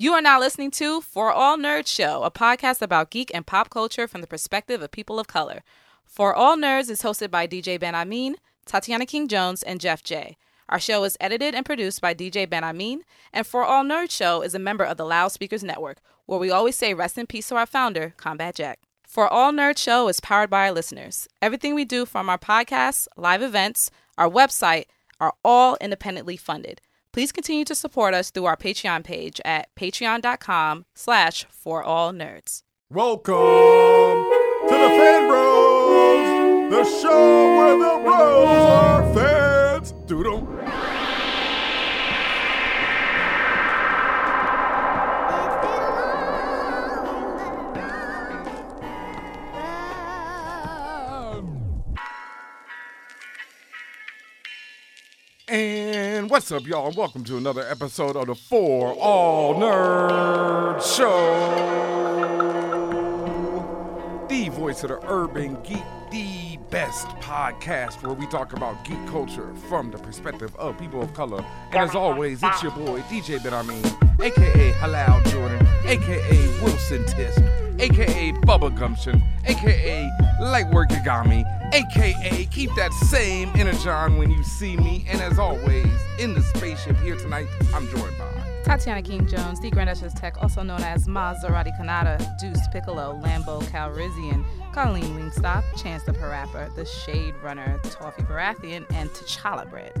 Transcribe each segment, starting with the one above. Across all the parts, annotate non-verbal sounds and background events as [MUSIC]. You are now listening to For All Nerds Show, a podcast about geek and pop culture from the perspective of people of color. For All Nerds is hosted by DJ Ben Amin, Tatiana King Jones, and Jeff J. Our show is edited and produced by DJ Ben Amin, and For All Nerds Show is a member of the Loudspeakers Network, where we always say rest in peace to our founder, Combat Jack. For All Nerd Show is powered by our listeners. Everything we do from our podcasts, live events, our website are all independently funded. Please continue to support us through our Patreon page at patreon.com slash for all nerds. Welcome to the Fan Bros, the show where the bros are fans. Doodle. And what's up, y'all? Welcome to another episode of the For All Nerds Show. The voice of the urban geek, the best podcast where we talk about geek culture from the perspective of people of color. And as always, it's your boy, DJ Benameen, aka Halal Jordan, aka Wilson Tist, aka Bubba Gumption, aka Lightwork Yagami, aka Keep That Same Energon When You See Me. And as always, in the spaceship here tonight, I'm joined by. Tatiana King Jones, the Grand Duchess Tech, also known as Maserati Kanata, Deuce Piccolo, Lambo Calrissian, Colleen Wingstop, Chance the Parapper, The Shade Runner, Toffee Baratheon, and T'Challa Bread.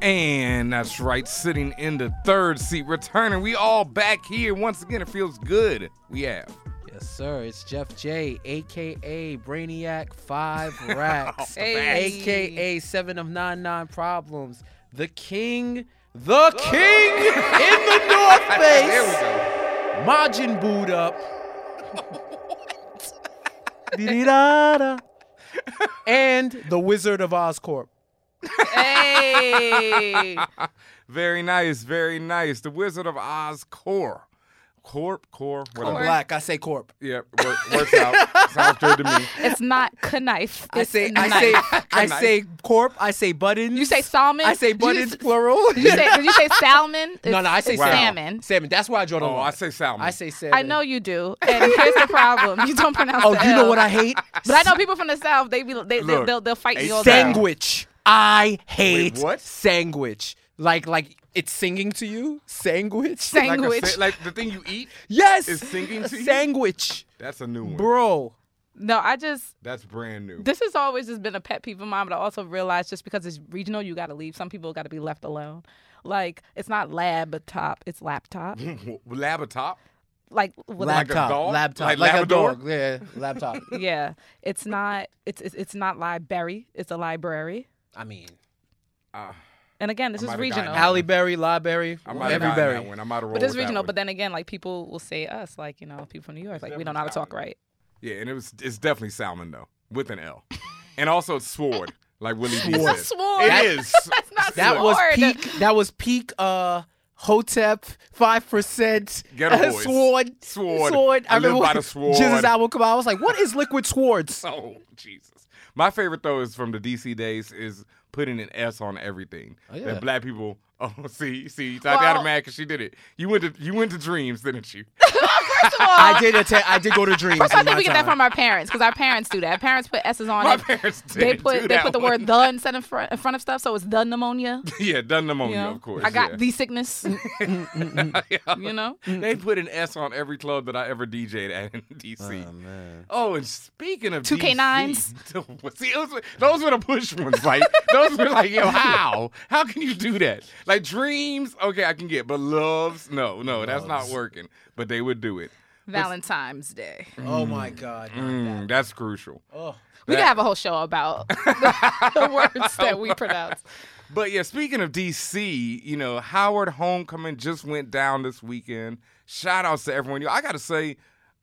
And that's right, sitting in the third seat, returning. We all back here once again. It feels good. We have. Yes, sir. It's Jeff J, aka [LAUGHS] Brainiac Five Racks, Hey. aka Seven of Nine Nine Problems, the King, the King in [LAUGHS] the North There we Face, go. Majin Boot up. Di-di-da-da. and the Wizard of Oscorp. Hey! Very nice, very nice. The Wizard of Oz core. Corp, core, whatever. Corp. Black, I say Corp. Yep, wor- works out. Sounds good to me. it's not knife. I say, [LAUGHS] I say, I say Corp. I say Buttons. You say salmon? I say Did you Buttons s- plural. Did you [LAUGHS] say, did you say salmon? No, no, I It's say Wow. salmon. Salmon. That's why I draw the Oh, line. I say salmon. I say salmon. I know you do, and here's the problem: you don't pronounce. Oh, the you know L. what I hate? [LAUGHS] But I know people from the south. They be they, they Look, they'll, they'll fight a me all day. sandwich. Sandwich. I hate Wait, what? sandwich. Like like it's singing to you. Sandwich. like, a Sandwich. sa- like the thing you eat. yes. It's singing to you? Sandwich, That's a new one. bro. No, I just That's brand new. this has always just been a pet peeve of mine. But I also realize just because it's regional, you got to leave. Some people got to be left alone. Like it's not laptop, it's [LAUGHS] laptop. Labatop. like what- Like a laptop. dog? Laptop. Like Like, Labrador? a dog. Yeah. [LAUGHS] Laptop. yeah, it's not it's, it's it's not library. It's a library. I mean, Uh, And again, this I is might've gotten regional. that Alley Berry, Library, I might have Every gotten that Berry. one. I might have rolled But this is with that regional. one. But then again, like people will say us, like you know, people from New York, like we don't know how to talk right. Yeah, and it was it's definitely salmon though, with an L. And also it's sword, like Willie D Sword. said. Sword. It is. That's not That was sword. peak. That was peak. Uh, Hotep, five percent. Ghetto boys. [LAUGHS] Sword. Sword. Sword. I live remember by when the sword. Jesus album come out. I was like, what is liquid swords? Oh Jesus! My favorite though is from the DC days is putting an S on everything. Oh, yeah. That black people. [LAUGHS] Oh, see, see, Tatiana Well- mad because she did it. You went to you went to dreams, [LAUGHS] didn't you? I did attend. I did go to dreams. First, I in think my we get that time. from our parents because our parents do that. Parents put [LAUGHS] s's on My it. parents did. [LAUGHS] They put do they that put the one. Oh, word the instead in front, in front of stuff, so it's the pneumonia. Yeah, done pneumonia, You know? of course. I got yeah. the sickness. [LAUGHS] Yeah. You know, They put an S on every club that I ever DJ'd at in Uh. DC. man. Oh, and speaking of [LAUGHS] 2K9s. DC, see, those were, those were the push ones. Like [LAUGHS] those were like, yo, how? How can you do that? Like dreams, okay, I can get, but loves, no, no, that's not Loves. working. But they would do it. Valentine's Day. Oh my god. Mm, that's crucial. Oh. We That- could have a whole show [LAUGHS] about the, the words that we pronounce. But yeah, speaking of DC, you know, Howard Homecoming just went down this weekend. Shout outs to everyone. Yo, I gotta say,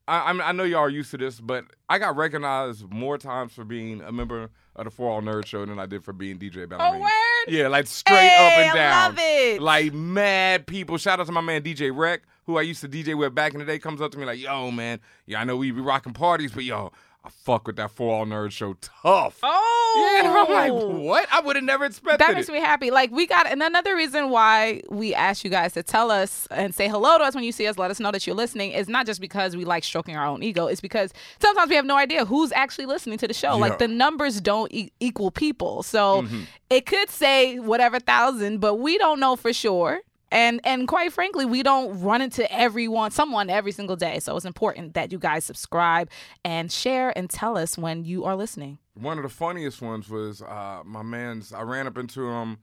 I, I, mean, I know y'all are used to this, but I got recognized more times for being a member of the For All Nerd Show than I did for being DJ Oh, Bellarmine. word. Yeah, like straight up Hey, and down. I love it. Like mad people. Shout out to my man DJ Rec, who I used to DJ with back in the day, comes up to me like, yo, man, yeah, I know we be rocking parties, but yo, I fuck with that for all nerd show tough. Oh, [LAUGHS] Yeah, I'm like, what? I would have never expected that it. makes me happy. Like we got, and another reason why we ask you guys to tell us and say hello to us when you see us, let us know that you're listening. Is not just because we like stroking our own ego. It's because sometimes we have no idea who's actually listening to the show. Yeah. Like the numbers don't e- equal people, so it could say whatever thousand, but we don't know for sure. And and quite frankly, we don't run into everyone, someone every single day. So it's important that you guys subscribe and share and tell us when you are listening. One of the funniest ones was uh, my man's. I ran up into him,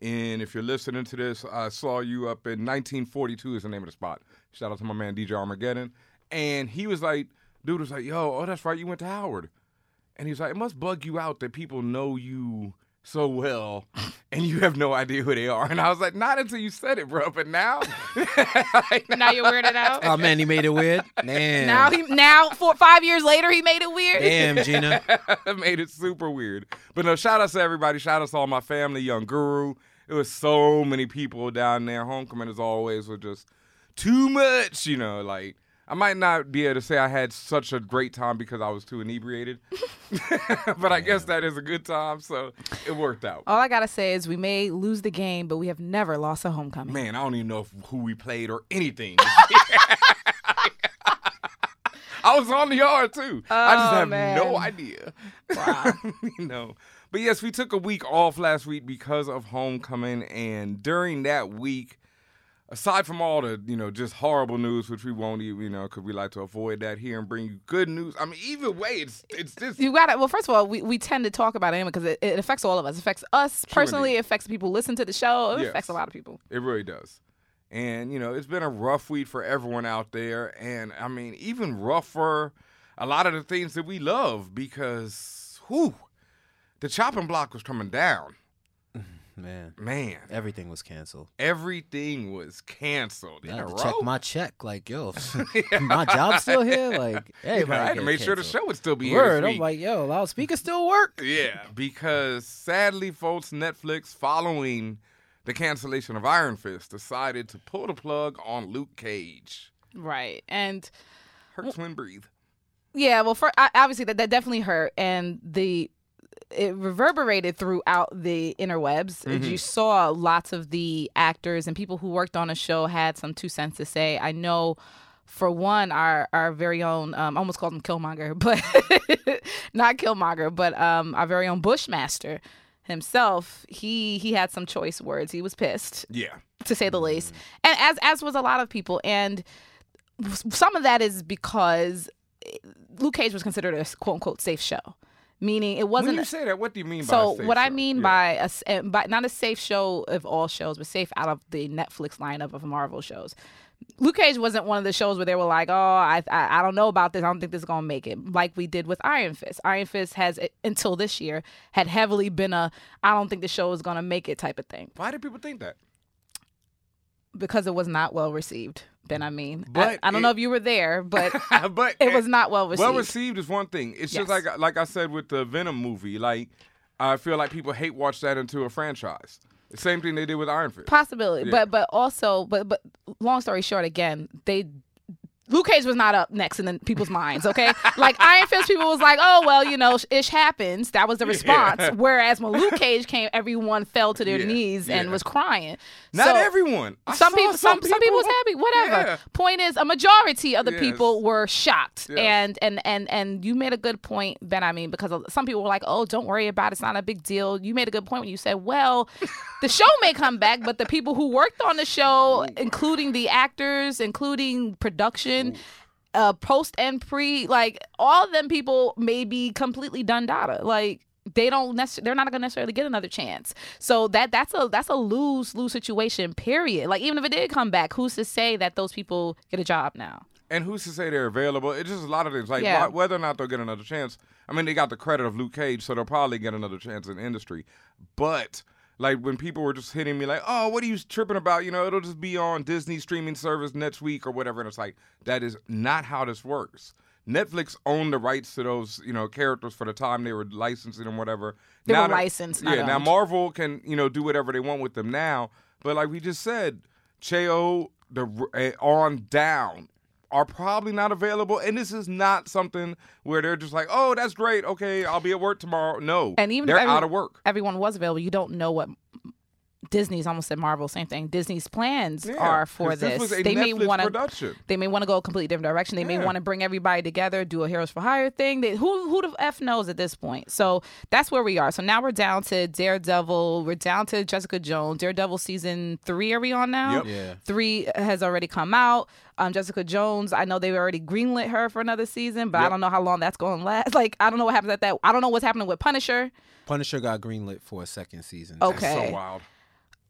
and if you're listening to this, I saw you up in 1942 is the name of the spot. Shout out to my man DJ Armageddon, and he was like, dude was like, yo, oh that's right, you went to Howard, and he's like, it must bug you out that people know you so well, and you have no idea who they are. And I was like, not until you said it, bro. But now, like, Now you're weirded out. Oh man, he made it [LAUGHS] weird. Man. Now he now four five years later he made it weird. Damn, Gina. made [LAUGHS] it super weird. But no, shout outs to everybody. Shout outs to all my family, Young Guru. It was so many people down there. Homecoming, as always, was just too much, you know, like. I might not be able to say I had such a great time because I was too inebriated, [LAUGHS] but I guess that is a good time, so it worked out. All I gotta say is we may lose the game, but we have never lost a homecoming. Man, I don't even know if, who we played or [LAUGHS] anything. [LAUGHS] I was on the yard too. I just Oh, have no man. idea. [LAUGHS] you know. But yes, we took a week off last week because of homecoming and during that week aside from all the, you know, just horrible news which we won't even, you know, cuz we like to avoid that here and bring you good news. I mean, either way it's it's [LAUGHS] just You got to Well, first of all, we, we tend to talk about it anyway because it, it affects all of us. It affects us personally. It affects the people who listen to the show. It Yes. affects a lot of people. It really does. And, you know, it's been a rough week for everyone out there. And, I mean, even rougher, a lot of the things that we love because, whew, the chopping block was coming down. Man, Man, everything was canceled. everything was canceled. I in had a to row. check my check. Like, [LAUGHS] yo, [LAUGHS] my job's still here. Like, You know, everybody I had to get make sure the canceled. show would still be here. Word. this I'm week. like, yo, loudspeakers still work. yeah, because sadly, folks, Netflix, following the cancellation of Iron Fist, decided to pull the plug on Luke Cage. Right. And Hurts when breathe. yeah, well, for I- obviously that that definitely hurt, and the it reverberated throughout the interwebs. And You saw lots of the actors and people who worked on a show had some two cents to say. I know. For one, our our very own, um, I almost called him Killmonger, [LAUGHS] but not Killmonger, but um, our very own Bushmaster himself. He he had some choice words. He was pissed Yeah. to say the least, and as as was a lot of people. And s- some of that is because eh, Luke Cage was considered a quote unquote safe show, meaning it When wasn't. you say that, what do you mean by so a safe what I show? mean Yeah. by a s- eh, by not a safe show of all shows, but safe out of the Netflix lineup of Marvel shows. Luke Cage wasn't one of the shows where they were like, "Oh, I I, I don't know about this. I don't think this is gonna make it." Like we did with Iron Fist. Iron Fist has eh, until this year had heavily been a "I don't think the show is gonna make it" type of thing Why do people think that? because it was not well received. Ben, I mean, But I, I don't it- know if you were there, [LAUGHS] but but [LAUGHS] it was not well received. well received is one thing. It's just Yes. like like I said with the Venom movie. Like I feel like people hate watch that into a franchise. The same thing they did with Iron Fist. Possibility, Yeah. but but also, but but long story short, again, they Luke Cage was not up next in the people's minds. [LAUGHS] Okay, like Iron Fist, people was like, oh well, you know, ish happens. That was the response. Whereas when Luke Cage came, everyone fell to their Yeah, knees and yeah. was crying. Not So- everyone. I some saw people, some, some people was happy. Whatever. Yeah. Point is, a majority of the Yes. people were shocked, Yes. and and and and you made a good point, Ben. I mean, because some people were like, "Oh, don't worry about it. It's not a big deal." You made a good point when you said, [LAUGHS] "Well, the show may come back, but the people who worked on the show, including the actors, including production." Uh, post and pre, like all of them people may be completely done data. Like they don't necessarily they're not gonna necessarily get another chance so that that's a that's a lose lose situation period like even if it did come back who's to say that those people get a job now And who's to say they're available? It's just a lot of things. Like Yeah. wh- whether or not they'll get another chance. I mean, they got the credit of Luke Cage, so they'll probably get another chance in the industry. But like when people were just hitting me, like, "Oh, what are you tripping about?" You know, it'll just be on Disney streaming service next week or whatever. And it's like that is not how this works. Netflix owned the rights to those, you know, characters for the time they were licensing them, whatever. They were that- licensed, not Yeah. Now owned. Marvel can, you know, do whatever they want with them now. But like we just said, Cheo the r- eh, on down are probably not available. And this is not something where they're just like, oh, that's great. Okay, I'll be at work tomorrow. No. And even if they're every- out of work. everyone was available, you don't know what Disney's almost said Marvel, same thing. Disney's plans Yeah, are for 'cause this. was a they may Netflix want to. production. They may want to go a completely different direction. They Yeah. may want to bring everybody together, do a Heroes for Hire thing. They, who who the f knows at this point? So that's where we are. So now we're down to Daredevil. We're down to Jessica Jones. Daredevil season three. Are we on now? Yep. Yeah. Three has already come out. Um, Jessica Jones, I know they already greenlit her for another season, but I Yep. don't know how long that's going to last. [LAUGHS] Like, I don't know what happens at that. I don't know what's happening with Punisher. Punisher got greenlit for a second season. Okay. So wild.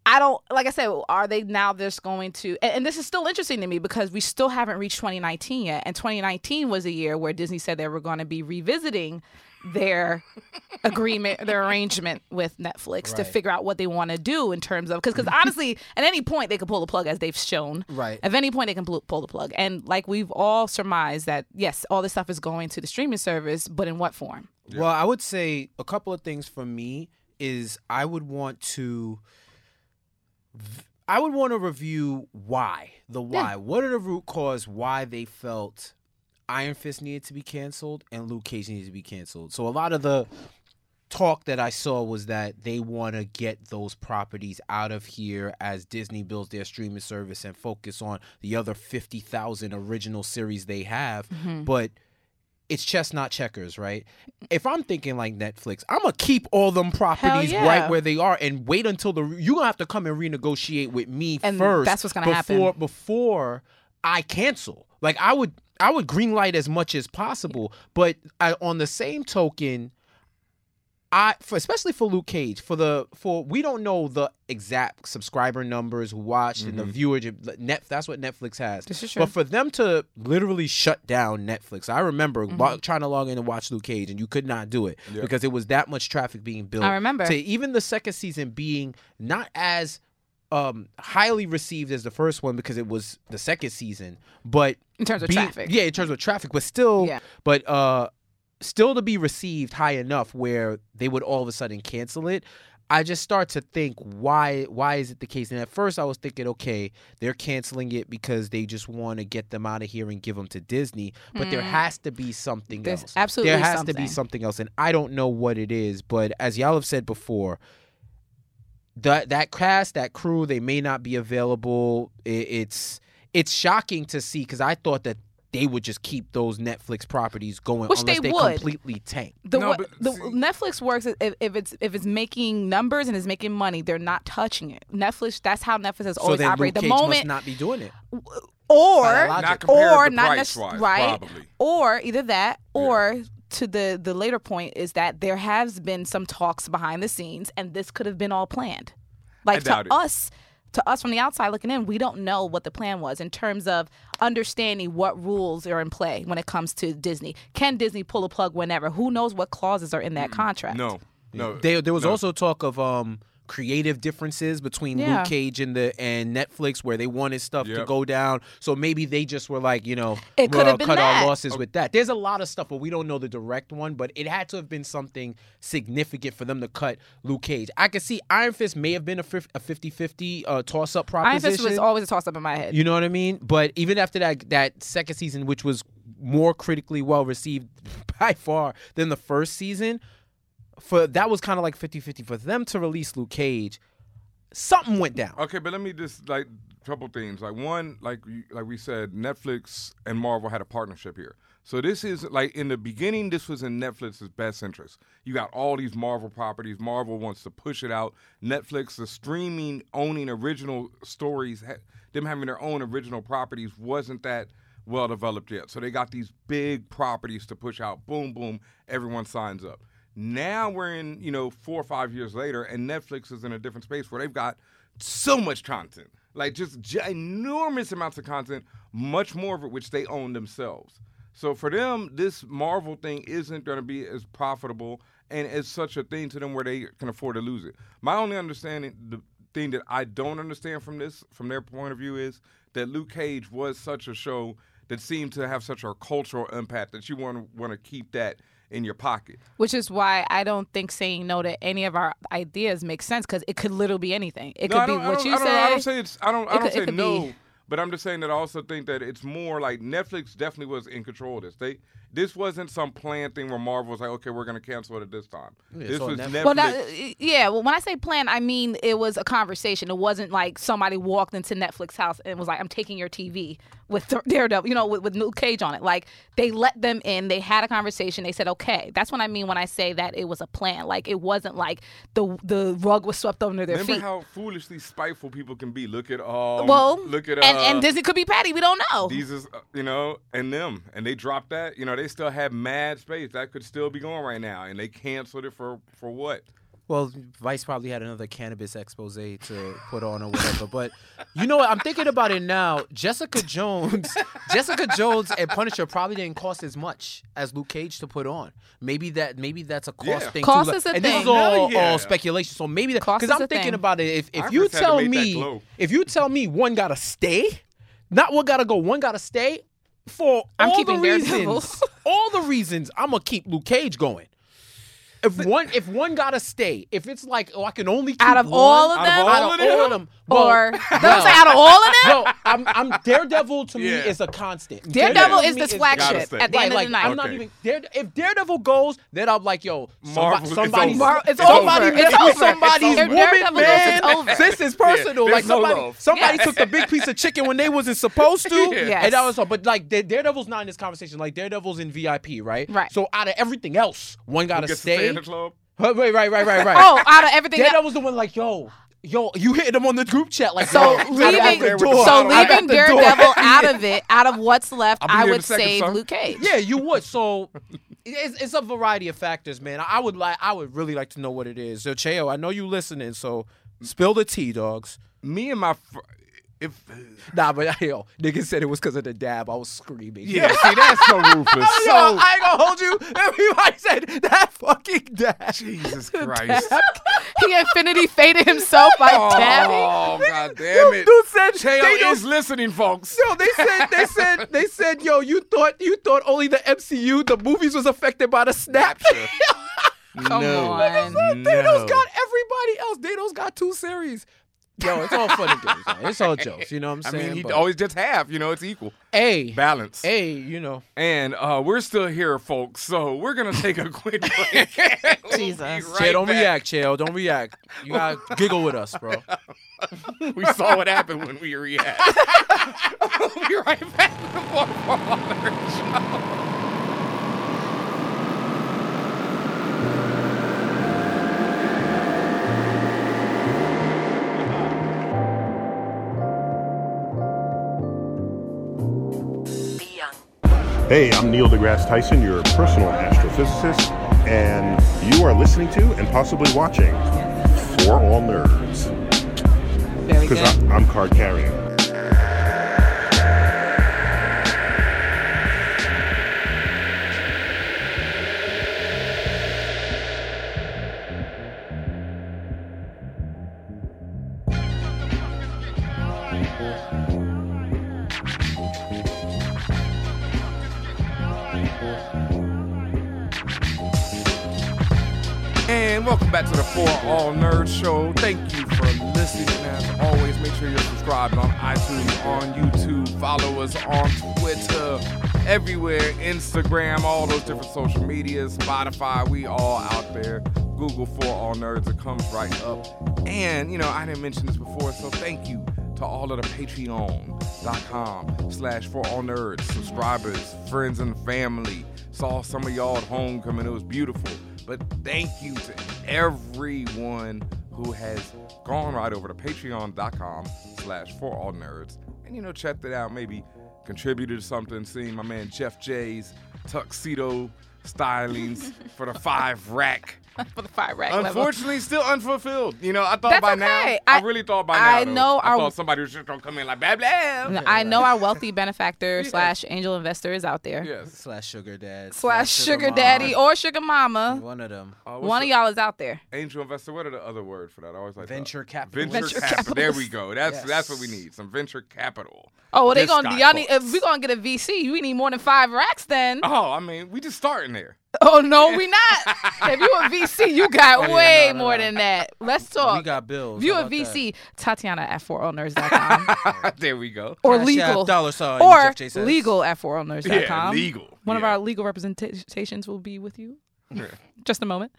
I don't like I said, are they now just going to and, and this is still interesting to me because we still haven't reached 2019 yet. And 2019 was a year where Disney said they were going to be revisiting [LAUGHS] their agreement, their arrangement with Netflix to Right. figure out what they want to do in terms of [LAUGHS] because because honestly, at any point they could pull the plug as they've shown. Right. At any point they can pull, pull the plug. And like we've all surmised that yes, all this stuff is going to the streaming service, but in what form? Well, I would say a couple of things for me is I would want to v- I would want to review why, the why. What are the root cause why they felt Iron Fist needed to be canceled and Luke Cage needed to be canceled. So a lot of the talk that I saw was that they want to get those properties out of here as Disney builds their streaming service and focus on the other 50,000 original series they have. Mm-hmm. But it's chess, not checkers, right? If I'm thinking like Netflix, I'm gonna keep all them properties yeah. right where they are and wait until the you're gonna have to come and renegotiate with me And first. that's what's gonna happen. before, Before I cancel, like I would, I would green light as much as possible. But I, on the same token, I for, especially for Luke Cage for the for we don't know the exact subscriber numbers who watched and the viewer net that's what Netflix has. This is true. But for them to literally shut down Netflix, I remember Mm-hmm. wa- trying to log in and watch Luke Cage and you could not do it because it was that much traffic being built. I remember. to even the second season being not as um highly received as the first one because it was the second season, but In terms of being- traffic. yeah, in terms of traffic, but still, Yeah. but uh, still to be received high enough where they would all of a sudden cancel it. I just start to think why why is it the case? And at first I was thinking, okay, they're canceling it because they just want to get them out of here and give them to Disney. But there has to be something Mm. There's else. absolutely there has to something. be something else, and I don't know what it is. But as y'all have said before, that that cast, that crew, they may not be available. I it's it's shocking to see because I thought that they would just keep those Netflix properties going Which unless they they, would. completely tank. the, No, wa- but the see- Netflix works is if, if it's if it's making numbers and it's making money, they're not touching it. Netflix, that's how Netflix has So always then operated. Luke Oh, The Cage moment must not be doing it. or By logic. Not compared or to not price necess- wise, right probably. or either that or to the the later point is that there has been some talks behind the scenes and this could have been all planned. Like to doubt it. us to us from the outside looking in, we don't know what the plan was in terms of understanding what rules are in play when it comes to Disney. Can Disney pull a plug whenever? Who knows what clauses are in that contract? Hmm. No. No. There, there was also talk of um, creative differences between Yeah. Luke Cage and the and Netflix, where they wanted stuff to Yep. go down. So maybe they just were like, you know, It could we'll have been cut that. our Oh. losses with that. There's a lot of stuff, but we don't know the direct one. But it had to have been something significant for them to cut Luke Cage. I could see Iron Fist may have been a 50-50 uh, toss-up Iron proposition. Fist was always a toss up in my head. You know what I mean? But even after that that second season, which was more critically well received [LAUGHS] by far than the first season, for that was kind of like 50-50 for them to release Luke Cage. Something went down. Okay, but let me just like couple things. Like one, like you- like we said, Netflix and Marvel had a partnership here. So this is like in the beginning, this was in Netflix's best interest. You got all these Marvel properties. Marvel wants to push it out. Netflix, the streaming owning original stories, ha- them having their own original properties, wasn't that well developed yet. So they got these big properties to push out. Boom, boom. Everyone signs up. Now we're in, you know, four or five years later, and Netflix is in a different space where they've got so much content, like just gi- enormous amounts of content, much more of it which they own themselves. So for them, this Marvel thing isn't going to be as profitable and it's such a thing to them where they can afford to lose it. My only understanding, the thing that I don't understand from this, from their point of view, is that Luke Cage was such a show that seemed to have such a cultural impact that you want want to keep that in your pocket. Which is why I don't think saying no to any of our ideas makes sense because it could literally be anything. It No, could I be don't- I what don't- you I say. don't, I don't say it's. I don't. I It don't could- it say could no. be- But I'm just saying that I also think that it's more like Netflix definitely was in control of this. They this wasn't some planned thing where Marvel was like, okay, we're gonna cancel it at this time. Yeah, this so was Netflix- Netflix. Well, that, uh, yeah. Well, when I say plan, I mean it was a conversation. It wasn't like somebody walked into Netflix house and was like, "I'm taking your TV with Th- Daredevil," you know, with, with Luke Cage on it. Like they let them in. They had a conversation. They said, "Okay." That's what I mean when I say that it was a plan. Like it wasn't like the the rug was swept under their Remember feet. how foolishly spiteful people can be. Look at um, well, look at uh, and, and Disney could be Patty. We don't know. these is uh, you know, and them, and they dropped that. You know, they still have mad space that could still be going right now, and they canceled it for for what? Well, Vice probably had another cannabis expose to put on or whatever. But you know what? I'm thinking about it now. Jessica Jones, [LAUGHS] Jessica Jones and Punisher probably didn't cost as much as Luke Cage to put on. Maybe that maybe that's a cost Yeah. thing. Cost too. is a and this is thing. all, Hell yeah. all speculation. So maybe that Cost because is I'm a thinking thing. about it. If if Iris you had to tell make that me glow. if you tell me one gotta stay, not one gotta go, one gotta stay. For I'm all keeping the Daredevil. reasons, all the reasons I'm gonna keep Luke Cage going. If one if one gotta stay, if it's like oh I can only keep Out of one- all of out them? all of them, [LAUGHS] well, or no. [LAUGHS] don't say out of all of them. No, I'm, I'm Daredevil to Yeah. me is a constant. Daredevil to is me this a flag Gotta ship stay. at the right, end like, of the night. I'm not Okay. even. Dare, if Daredevil goes, then I'm like, yo, Marvel, somebody, it's somebody's, over. Mar- it's somebody over. messed It's with over. somebody's It's over. woman, Daredevil goes, man. it's over. This is personal. Yeah, like there's no somebody, love. somebody Yes. took the big piece of chicken when they wasn't supposed to, [LAUGHS] Yes. and that was all. But like, Da- Daredevil's not in this conversation. Like, Daredevil's in VIP, right? Right. So out of everything else, one gotta Gets to stay. in the club. Huh, Right, right, right, right, right. [LAUGHS] Oh, out of everything. Dad, that- that was the one like, yo, yo, you hit him on the group chat like, So [LAUGHS] yo, I'm out the leaving, door. so I'm out leaving the door. [LAUGHS] Daredevil out of it, out of what's left, I'll be I here in a would second, save son. Luke Cage. Yeah, you would. So it's, it's a variety of factors, man. I would like, I would really like to know what it is. So Cheo, I know you listening, so spill the tea, dogs. Me and my fr- if Nah, but [LAUGHS] yo, niggas said it was because of the dab. I was screaming. yeah, see that's so [LAUGHS] ruthless. [LAUGHS] Yo, so I ain't gonna hold you. [LAUGHS] Everybody said that fucking [LAUGHS] dab. Jesus Christ. He infinity faded himself by dabbing. Oh god damn it. Dude said they Taylor don't is listening, folks. So they said they said they said, yo, you thought you thought only the MCU, the movies was affected by the snap. [LAUGHS] Come on. Thanos got everybody else. Thanos got two series. Yo, it's all funny games. man. It's all jokes. You know what [LAUGHS] I'm I saying? mean, he But- always just half. You know, it's equal hey, balance. hey, you know. And uh, we're still here, folks. So we're gonna take [LAUGHS] a quick break. [LAUGHS] We'll be Jesus. Che, Che, right don't back. react, Chael. Don't react. [LAUGHS] You gotta giggle with us, bro. We saw what happened when we react. [LAUGHS] [LAUGHS] we'll be right back with more Four Wallers. Hey, I'm Neil deGrasse Tyson, your personal astrophysicist, and you are listening to and possibly watching For All Nerds. Very Because I'm card carrying. And welcome back to the For All Nerds Show. Thank you for listening. As always, make sure you're subscribed on iTunes, on YouTube, follow us on Twitter, everywhere, Instagram, all those different social medias, Spotify, we all out there. Google For All Nerds, it comes right up. And, you know, I didn't mention this before, so thank you to all of the patreon.com slash for all nerds subscribers friends and family saw some of y'all at homecoming it was beautiful but thank you to everyone who has gone right over to patreon.com slash for all nerds and you know checked it out maybe contributed to something seeing my man jeff j's tuxedo stylings for the five rack for the fire rack level. Unfortunately, still unfulfilled. You know, I thought That's by okay. now. I, I- really thought by now. I though. know I our- thought somebody was just gonna come in like blah blah. I know our wealthy [LAUGHS] benefactor slash angel investor is out there. Yes. Slash sugar dad. Slash sugar daddy oh. or sugar mama. One of them. Uh, what's One the- of y'all is out there. angel investor. What are the other word for that? I always like Venture that. capital. Venture Venture, capital. There we capitalist. go. That's Yes. that's what we need. Some venture capital. Oh, well, they This gonna guy y'all need, thought- if we gonna get a VC, we need more than five racks then. Oh, I mean, Oh, we just starting there. [LAUGHS] [LAUGHS] Oh no, [LAUGHS] we not. if you a VC, you got yeah, way no, no, more no. than that. Let's We talk. got bills. If you How a about that? VC, Tatiana at [LAUGHS] 4owners.com there we go. or Cash legal app, dollar sign, or Jeff J says. legal at 4owners.com. Yeah, legal. One of Yeah. our legal representations will be with you. Just a moment.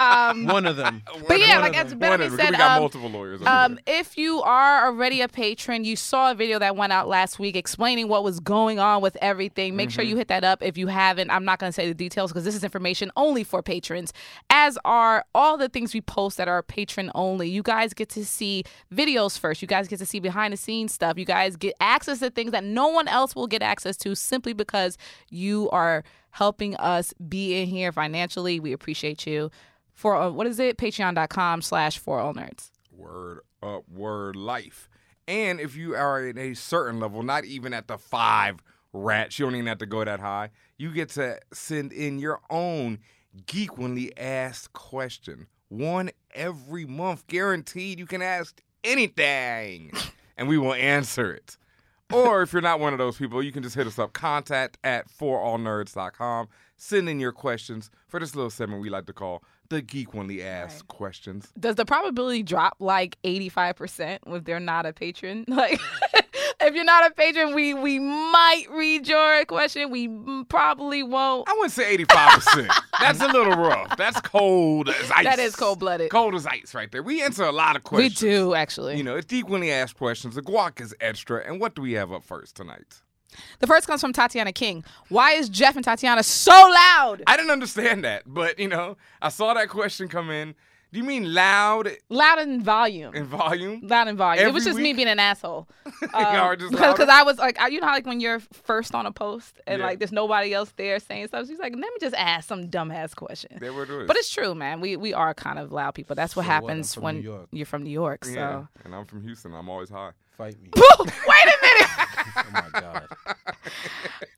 um, One of them. but yeah, One like of as them. Ben One already of them, 'cause said, we got um, multiple lawyers. over Um, here. if you are already a patron, you saw a video that went out last week explaining what was going on with everything. Make sure you hit that up if you haven't. I'm not going to say the details because this is information only for patrons, as are all the things we post that are patron only. You guys get to see videos first. You guys get to see behind the scenes stuff. You guys get access to things that no one else will get access to simply because you are helping us be in here financially. We appreciate you. For uh, what is it? Patreon.com slash for all nerds. Word up, word life. And if you are at a certain level, not even at the five rats, you don't even have to go that high, you get to send in your own geekly asked question. One every month, guaranteed you can ask anything, and we will answer it. Or if you're not one of those people, you can just hit us up, contact at forallnerds.com. Send in your questions for this little segment we like to call the Geekly Asked Questions. does the probability drop like 85% if they're not a patron? [LAUGHS] Like, if you're not a patron, we we might read your question. We m- probably won't. I wouldn't say 85%. That's a little rough. That's cold as ice. That is cold blooded. Cold as ice right there. We answer a lot of We questions. do, actually. You know, it's frequently asked questions. The guac is extra. And what do we have up first tonight? the first comes from Tatiana King. Why is Jeff and Tatiana so loud? I didn't understand that, but, you know, I saw that question come in. Do you mean loud Loud in volume. in volume? Loud in volume. it Every was just me week? being an [LAUGHS] asshole. Um, are just because louder? cause I was like, I, you know how like when you're first on a post and Yeah. like there's nobody else there saying stuff. She's like, let me just ask some dumbass question. There were doing. But it's true, man. We we are kind of loud people. That's what So what? I'm happens from New when York. you're from New York. So [LAUGHS] yeah. And I'm from Houston. I'm always high. Fight me. wait a minute. [LAUGHS] Oh my god.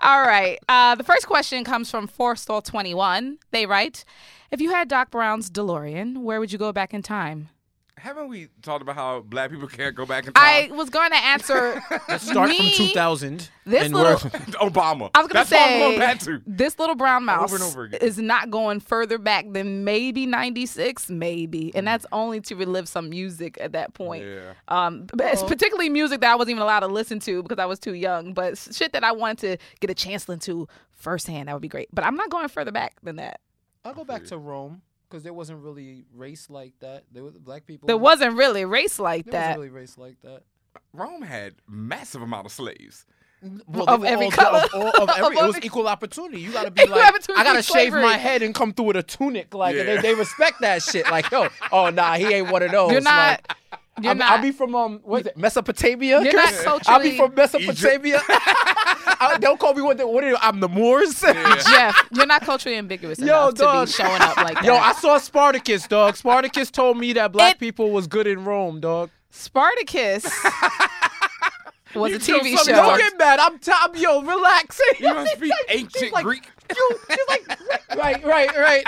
All right. Uh, the first question comes from Forstall Twenty One. They write, "If you had Doc Brown's DeLorean, where would you go back in time?" Haven't we talked about how black people can't go back in I time? was going to answer. Let's start me, from 2000. This and little- we're- [LAUGHS] Obama. I was gonna That's what I'm going say- back to. This little brown mouse Over and over again. is not going further back than maybe ninety six, maybe, and that's only to relive some music at that point. Yeah. um, but Oh. it's particularly music that I wasn't even allowed to listen to because I was too young. But s- shit that I wanted to get a chance into firsthand, that would be great. But I'm not going further back than that. I'll go back to Rome because there wasn't really race like that. There was black people. There wasn't really a race like there that. wasn't really race like that. Rome had massive amount of slaves. Well, Of they were every all- color. Of, [LAUGHS] all- of every, Of it was every- equal opportunity. You [LAUGHS] gotta be Equal like, opportunity I gotta shave slavery. my head and come through with a tunic, like, and Yeah. they, they respect that shit. [LAUGHS] Like, yo, oh nah, he ain't one of those. You're not. Like, you're I'm- not. I'll be [LAUGHS] from um, what is it, Mesopotamia. You're not Chris? [LAUGHS] I'll culturally- be from Mesopotamia. [LAUGHS] I, don't call me what? The, what are you? I'm the Moors. Jeff, you're not culturally [LAUGHS] ambiguous enough dog. to be showing up like that. [LAUGHS] Yo, I saw Spartacus, dog. Spartacus told me that black It- people was good in Rome, dog. [LAUGHS] Spartacus was a killed TV some show. Don't get mad. I'm top. Yo, relax. [LAUGHS] You must speak ancient She's like, Greek. You, she's like, right, right, right.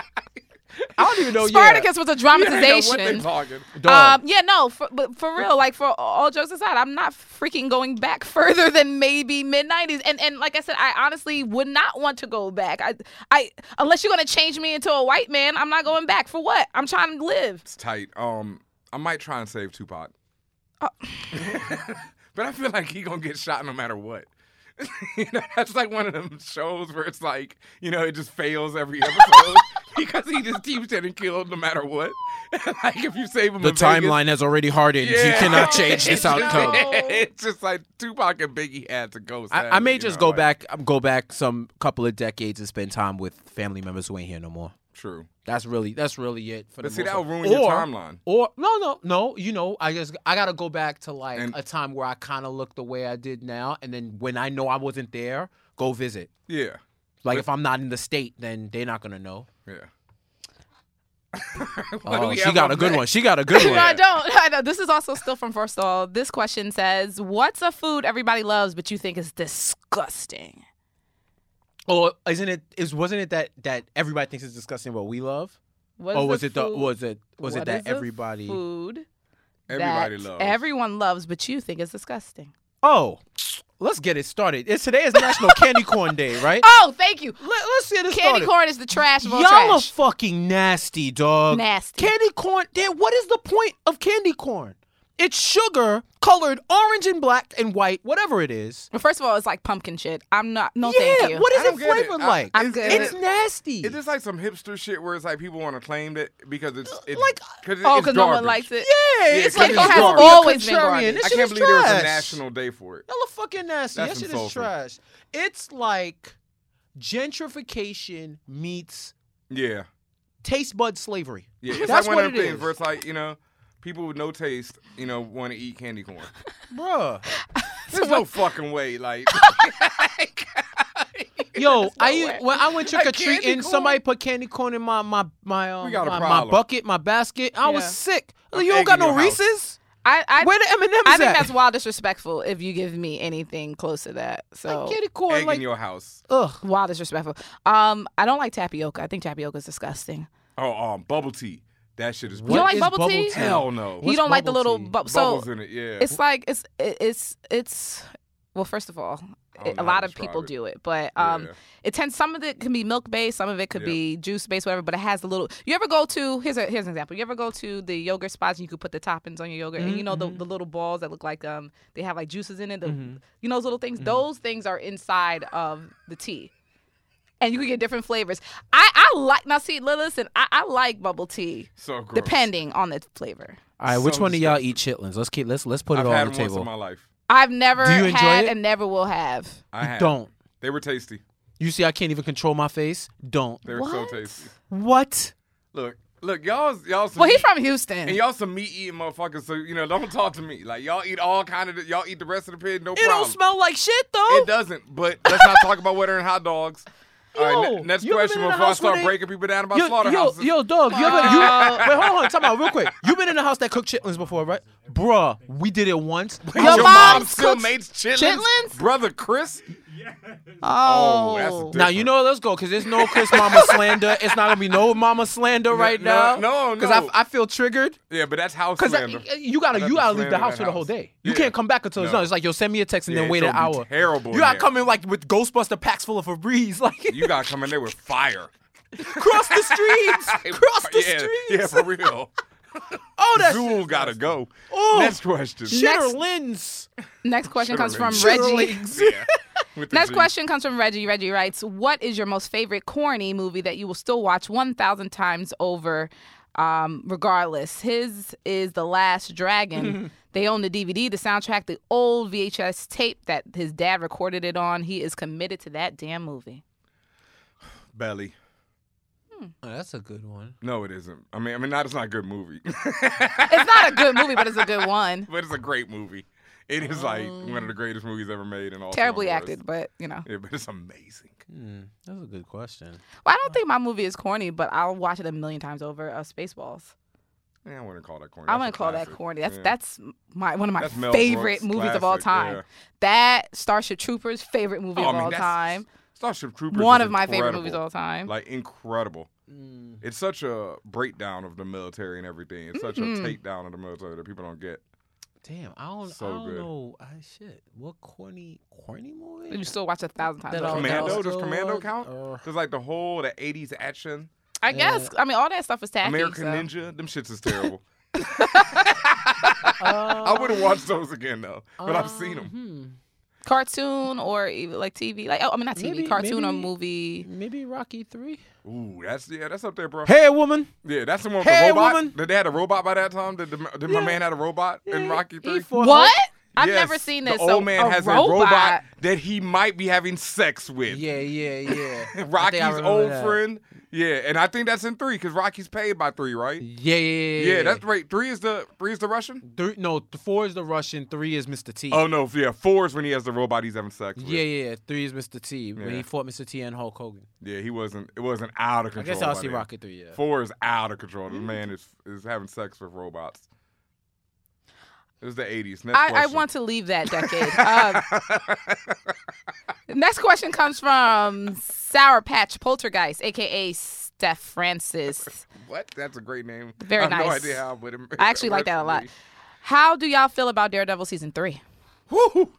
I don't even know. yeah. Spartacus was a You know what they dramatization. talking. Dog. Um, yeah, no, for, but for real, like for all jokes aside, I'm not freaking going back [LAUGHS] further than maybe mid '90s. And and like I said, I honestly would not want to go back. I I unless you're gonna change me into a white man, I'm not going back. For what? I'm trying to live. [LAUGHS] It's tight. Um, I might try and save Tupac, [LAUGHS] but I feel like he gonna get shot no matter what. [LAUGHS] you know, that's like one of them shows where it's like, you know, it just fails every episode [LAUGHS] because he just keeps getting killed no matter what. [LAUGHS] like if you save him, the in Vegas, timeline has already hardened. You yeah. cannot [LAUGHS] change It's this just- outcome. it's just like Tupac and Biggie had to go. I, I sadly, may you just know, go like- back, um, go back some couple of decades and spend time with family members who ain't here no more. True. That's really, that's really it. For But the see, most that'll part. ruin your Or- timeline. Or no, no, no. You know, I just I gotta go back to like And- a time where I kind of look the way I did now, and then when I know I wasn't there, go visit. Yeah. Like if I'm not in the state, then they're not [LAUGHS] gonna know. Yeah. What do Oh, we she have got a up good next? one. She got [LAUGHS] a good No, I one. don't. [LAUGHS] I know. This is also still from First All. This question says, "What's a food everybody loves but you think is disgusting?" Or isn't it? Is wasn't it that that everybody thinks is disgusting, but we love? What or is Oh, was it the food- was it was what it is that a everybody? food Everybody that loves. everyone loves but you think is disgusting? Oh, let's get it started. It's, today is National Candy [LAUGHS] Corn Day, right? Oh, thank you. Let, us get it Candy started. corn is the trash of all Y'all are trash. fucking nasty, dog. Nasty. Candy corn. Damn, what is the point of candy corn? It's sugar colored orange and black and white, whatever it is. But first of all, it's like pumpkin shit. I'm not. No, yeah, thank you. what I is it don't get it. flavored I- like? I'm is- good. is it's it- nasty. Is this like some hipster shit where it's like people want to claim it because it's, it's Like- cause it- oh, it's because no one garbage. likes it. [LAUGHS] yeah, Yeah, it's candy like corn it has has to be always always been contrarian. garbage. This I shit can't is believe there was a trash. national day for it. Y'all are fucking nasty. That's that shit some is soul food. trash. It's like gentrification meets Yeah, taste bud slavery. yeah. It's like That's one what of it them things is. where it's like you know. People with no taste, you know, want to eat [LAUGHS] candy corn. Bruh. There's no fucking way, like [LAUGHS] [LAUGHS] Yo, I when I [LAUGHS] went trick or Like candy treating, corn? somebody put candy corn in my my my um, We got a my, my problem. bucket, my basket. I was Yeah. sick. I'm you don't egging got no your house. Reese's. I, I, Where the M and M's I at? think that's wild disrespectful if you give me anything close to that. So like candy corn. egg Like, in your house. ugh. wild disrespectful. Um, I don't like tapioca. I think tapioca is disgusting. Oh, um, bubble tea. That shit is. What don't like is bubble tea? Hell no. you What's don't like the bubble little tea? bu- so Bubbles in it, yeah. it's like it's it- it's it's well first of all I it, don't a know lot how to of people describe do it but um Yeah. it tends some of it can be milk based some of it could Yep. be juice based whatever but it has the little you ever go to here's a here's an example you ever go to the yogurt spots and you could put the toppings on your yogurt and you know the, the little balls that look like um they have like juices in it the, you know those little things those things are inside of the tea and you can get different flavors i i like now see li- listen i, I like bubble tea so gross. depending on the flavor All right, So which one do y'all eat chitlins? Let's keep. Let's let's put it I've all had on them the once in table. my life. I've never Do you enjoy had it? and never will have. I have. Don't. They were tasty. You see, I can't even control my face. Don't. They were so What? tasty. What? Look, look, y'all, y'all. Some Well, he's meat- from Houston. and y'all some meat eating motherfuckers. So you know, don't talk to me. Like y'all eat all kind of. The, y'all eat the rest of the pig. No It problem. don't smell like shit though. It doesn't. But let's not talk about weather and hot dogs. all right, Yo, ne- next you ever question been in a before I house where start they- breaking people down about Yo, yo, slaughterhouses. yo, dog. You ever you? Uh, [LAUGHS] Wait, hold on. Time out, real quick. You been in a house that cooked chitlins before, right, bruh? We did it once. Your Your mom mom's still cooks made chitlins? chitlins? Brother Chris? oh, that's a diff- Now you know let's go because there's [LAUGHS] no Chris Mama slander. It's not gonna be no Mama slander right no, now. no, because no. I, I feel triggered. Yeah, but that's house Because slander. you gotta Let you the gotta leave slander the in house the for the whole house. day. You Yeah. can't come back until it's No. done. It's like yo, send me a text and Yeah, then it's wait an gonna be hour. terrible You in gotta there. come in like with Ghostbuster packs full of Febreze, [LAUGHS] like you gotta come in there with [LAUGHS] fire. cross [LAUGHS] the streets, cross the yeah, streets. Yeah, for real. Oh, that's Zool gotta go. Oh. Next question. Next- Shitterlins. Next question comes from Shitterlings. Reggie. [LAUGHS] [LAUGHS] Yeah. With the Next G. question comes from Reggie. Reggie writes, "What is your most favorite corny movie that you will still watch one thousand times over, um, regardless?" His is The Last [LAUGHS] Dragon. they own the DVD, the soundtrack, the old VHS tape that his dad recorded it on. He is committed to that damn movie. Belly. Oh, that's a good one. No, it isn't. I mean, I mean, not. It's not a good movie, [LAUGHS] It's not a good movie, but it's a [LAUGHS] good one. but it's a great movie. It is like one of the greatest movies ever made, and all Oh. Terribly acted, but you know. Yeah, but it's amazing. Hmm, That's a good question. Well, I don't think my movie is corny, but I'll watch it a million times over. Uh, Spaceballs. Yeah, I wouldn't call that corny. I That's a wouldn't call that classic. corny. That's Yeah. that's my one of my That's Mel favorite Brooks' movies of all classic, time. yeah. That Starship Troopers, favorite movie Oh, I of mean, all that's- time. Starship Troopers. One is of my favorite incredible. movies of all time. Like incredible. It's such a breakdown of the military and everything. It's such a takedown of the military that people don't get. Damn, I don't, So I don't good. know. I, shit, what corny, corny movie? you still watch a thousand times. That over. all- Commando? was Does Commando good. count? Uh. Because like the whole the '80s action, I guess. I mean, all that stuff is tacky. American so. Ninja, them shits is terrible. Uh, [LAUGHS] I wouldn't watch those again though, but I've seen them. hmm. Cartoon or even like TV. Like oh, I mean not TV. Maybe- cartoon or maybe- movie. Maybe Rocky Three. Ooh, that's yeah, that's up there, bro. Hey, woman. Yeah, that's the one with Hey, the robot. woman. Did they had a robot by that time? Did, the, did my man had a robot in Yeah, Rocky he Three? fought What? her. I've Yes, never seen this. The so old man a has robot. a robot that he might be having sex with. [LAUGHS] Yeah, yeah, yeah. I think I Rocky's remember old that. friend. Yeah, and I think that's in three because Rocky's paid by three, right? Yeah, yeah, yeah. Yeah, that's right. Three is the three is the Russian. Three, no, th- four is the Russian. Three is Mr. T. Oh no, yeah, four is when he has the robot he's having sex with. yeah, yeah, yeah. Three is Mr. T. When Yeah. he fought Mr. T and Hulk Hogan. yeah, he wasn't. It wasn't out of I control. guess I'll by see then. Rocky Three. Yeah. Four is out of control. The man is is having sex with robots. It was the '80s. Next I, I question. want to leave that decade. Um, next question comes from Sour Patch Poltergeist, aka Steph Francis. What? That's a great name. Very I have nice. No idea how, but it, [LAUGHS] I actually like that a lot. How do y'all feel about Daredevil season three? Woo!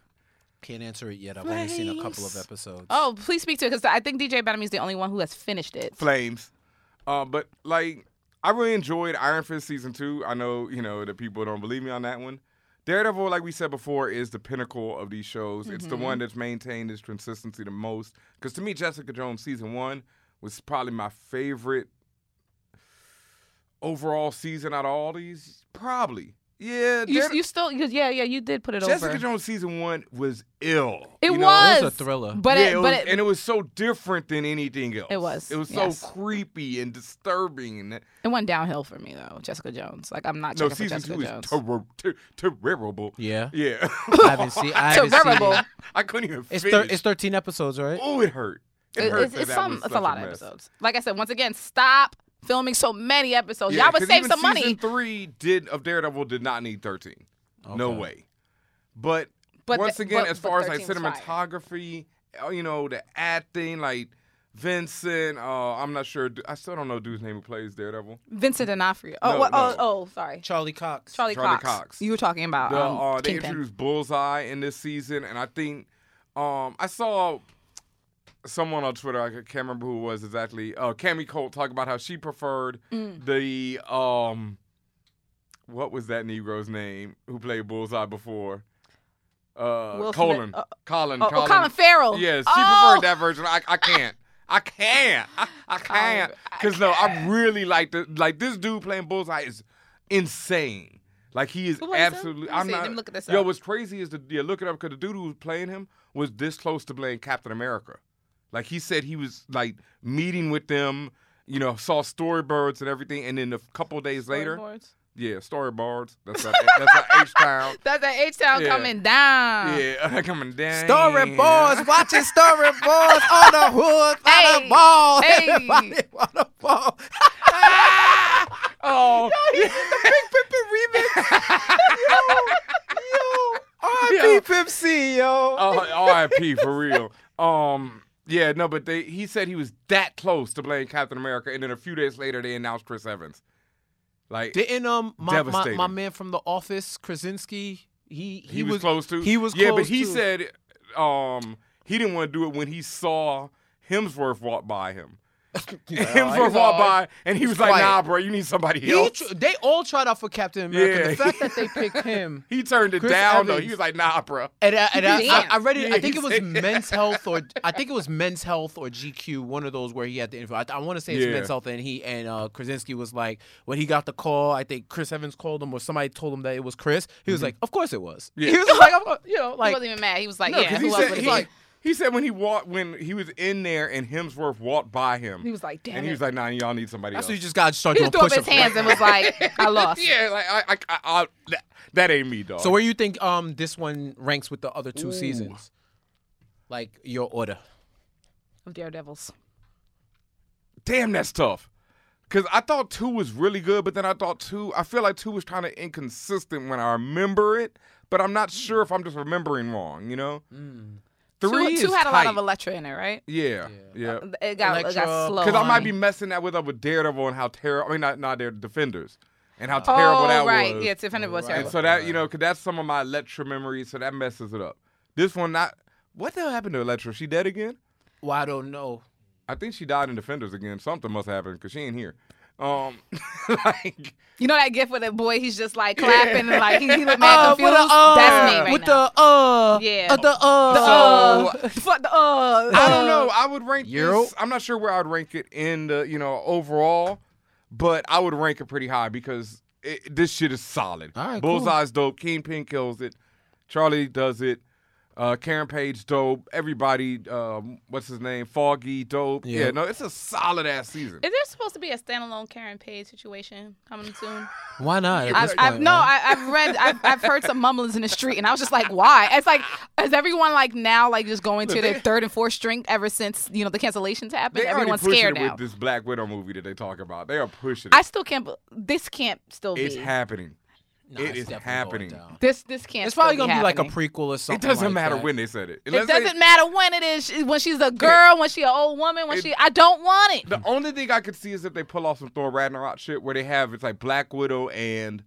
can't answer it yet. I've only seen a couple of Flames. episodes. Oh, please speak to it because I think DJ Benami is the only one who has finished it. Flames. Uh, but like, I really enjoyed Iron Fist season two. I know you know that people don't believe me on that one. Daredevil, like we said before, is the pinnacle of these shows. It's the Mm-hmm. one that's maintained its consistency the most. Because to me, Jessica Jones season one was probably my favorite overall season out of all these. Probably, yeah. You, Darede- you still, you- yeah, yeah, you did put it Jessica over. Jones season one was ill. it you know? was It was a thriller. but yeah, it, was, but it, and it was so different than anything else. It was, It was yes. so creepy and disturbing. And that- it went downhill for me though. Jessica Jones, like I'm not no, checking for season Jessica two Jones. is ter- ter- terrible. Yeah. [LAUGHS] Yeah, [LAUGHS] I haven't seen. I haven't Terrible. seen it. I couldn't even It's thir- finish. it's thirteen episodes, right? oh, it hurt. It, It- hurt it's that it's that some, was it's a such lot of mess. episodes. Like I said, once again, stop filming so many episodes. Yeah, Y'all would 'cause save even some money. Season three did of Daredevil did not need thirteen. No Okay. way. But, But once th- again, but- as but far as like 13 was fire. cinematography, uh, you know, the acting, like Vincent. Uh, I'm not sure. I still don't know dude's name who plays Daredevil. Vincent D'Onofrio. Oh, No, what, no. oh, oh, sorry. Charlie Cox. Charlie, Charlie Cox. Cox. You were talking about The, um, uh, they Kingpin. introduced Bullseye in this season, and I think um, I saw someone on Twitter. I can't remember who it was exactly. Uh, Cammy Colt talk about how she preferred Mm. the um, what was that Negro's name who played Bullseye before? Uh, Will Smith- Colin. uh, Colin. Oh, oh, Colin. Colin Farrell. Yes, she oh, Oh, preferred that version. I, I can't. I can't. I, I can't. Cause no, I really like the like this dude playing Bullseye is insane. Like he is Who plays him? absolutely. Let me I'm see. not. Let me look this Yo, up. what's crazy is the yeah. Look it up because the dude who was playing him was this close to playing Captain America. Like he said he was like meeting with them. You know, saw storyboards and everything, and then a couple days later, Storyboards. yeah, storyboards. That's our, that's our H [LAUGHS] town. That's that H Town Yeah. coming [LAUGHS] down. Yeah, [LAUGHS] coming down. Storyboards, watching storyboards on the hood, on Hey, the ball, hey. everybody on the ball. [LAUGHS] Oh, [LAUGHS] R.I.P. Pimp C, yo. Uh, R.I.P. for real. Um, yeah, no, but they he said he was that close to playing Captain America, and then a few days later they announced Chris Evans. Like, Didn't um my, my, Devastating. my man from The Office, Krasinski, he he, he, was, [LAUGHS] close to. He was yeah, close but he to. said um he didn't want to do it when he saw Hemsworth walk by him. Hemsworth walked by, and he was like, quiet. "Nah, bro, you need somebody He else." tr- they all tried out for Captain America. Yeah. The fact that [LAUGHS] they picked him. He turned it Chris down though. Evans. He was like, "Nah, bro." And, I, and I, I, Damn. I read it. Yeah, I think he it was said- Men's Health [LAUGHS] or I think it was Men's Health or GQ, one of those where he had the info. I, I want to say it's Yeah. Men's Health, and he and uh, Krasinski was like when he got the call. I think Chris Evans called him or somebody told him that it was Chris. He was like, "Of course it was." Mm-hmm. Yeah. He was like, "Oh, of course, "You know, he like wasn't even mad. He was like, No, yeah, 'cause who he else said, would it he, be? Like, he said when he walked when he was in there and Hemsworth walked by him, He was like, damn and he it. was like, "Nah, y'all need somebody that's else." what you just got to start he doing just threw up his hands push-ups, right? and was like, I lost. [LAUGHS] Yeah, like I, I, I, I that, that ain't me, dog. So where you think um this one ranks with the other two seasons? Like your order. Of Daredevils. damn, that's tough. Cause I thought two was really good, but then I thought two. I feel like two was kind of inconsistent when I remember it, but I'm not sure if I'm just remembering wrong. You know, three two, two is had a lot tight. of Electra in it, right? Mm-hmm. yeah, yeah. It got, it Elektra, got slow. Because I on might me. be messing that with up with Daredevil and how terrible. I mean, not not their defenders and how Oh, terrible that right. was. Yeah, Defender was And terrible. so that you know, cause that's some of my Electra memories. So that messes it up. This one, not what the hell happened to Electra? She dead again? Well, I don't know. I think she died in Defenders again. Something must happen because she ain't here. Um, [LAUGHS] like You know that gif with the boy? He's just like clapping and like he, he [LAUGHS] look mad Uh, confused. with the, uh, That's me right with now. the uh, Yeah. uh, the uh, uh, [LAUGHS] fuck the uh. I don't know. I would rank Euro? this. I'm not sure where I'd rank it in the you know overall, but I would rank it pretty high because it, this shit is solid. All right, cool. Bullseye's dope. Kingpin kills it. Charlie does it. Uh, Karen Page dope. Everybody, um, what's his name? Foggy dope. Yeah. Yeah, no, it's a solid ass season. Is there supposed to be a standalone Karen Page situation coming soon? Why not? at I've, this I've, point, no, right? I, I've read, I've, I've heard some mumblings in the street, and I was just like, why? It's like, is everyone like now like just going to their third and fourth string ever since you know the cancellations happened? They already Everyone's pushing scared it now. with this Black Widow movie that they talk about. They are pushing. I It. still can't. be- This can't still It's be. happening. Nah, it it's is definitely going happening. down. this this can't. It's probably still gonna be like a happening. prequel or something. It doesn't like matter that. when they said it. It Unless they- doesn't matter when it is. She- When she's a girl, when she an old woman, when It- she. I don't want it. The only thing I could see is if they pull off some Thor Ragnarok shit where they have it's like Black Widow and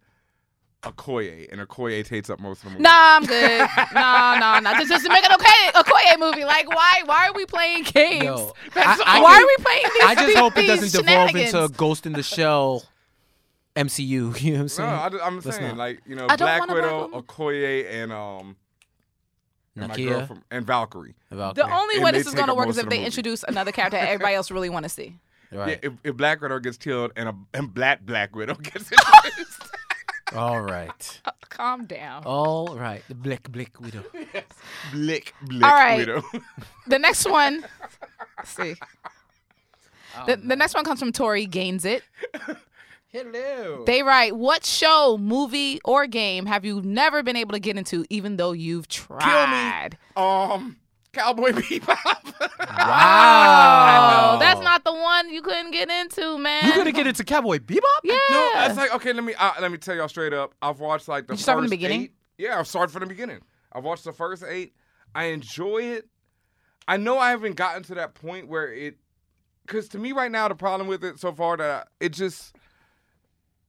Okoye, and Okoye takes up most of the movie. Nah, I'm good. nah, nah, nah. Just, just make an okay Okoye movie. Like, why? Why are we playing games? [LAUGHS] No, That's- I- I why can- are we playing these? I just these- hope it these doesn't devolve into shenanigans? Ghost in the Shell MCU. [LAUGHS] You know what I'm No, saying? I, am Let's saying not. like you know I don't Black wanna Widow, work Okoye, and um, and my Nakia. girlfriend and Valkyrie. About The only And way they this is take gonna up work most is of if the they movie. introduce another character that everybody else really want to see. right. Yeah, if, if Black Widow gets killed and a and Black Black Widow [LAUGHS] gets introduced, All right. [LAUGHS] Calm Oh. down. All right. The Blick Blick [LAUGHS] Widow. Blick Blick All right. Widow. [LAUGHS] The next [LAUGHS] one. let's see. Oh, the, the next one comes from Tori Gaines It. [LAUGHS] Hello. They write, What show, movie, or game have you never been able to get into even though you've tried? um, Cowboy Bebop. [LAUGHS] Wow. Oh, that's not the one you couldn't get into, man. You gonna get into Cowboy Bebop? Yeah. no, that's like okay. Let me uh, let me tell y'all straight up. I've watched like the You start from the first beginning? Eight. Yeah, I've started from the beginning. I've watched the first eight. I enjoy it. I know I haven't gotten to that point where it, because to me right now the problem with it so far that I, it just.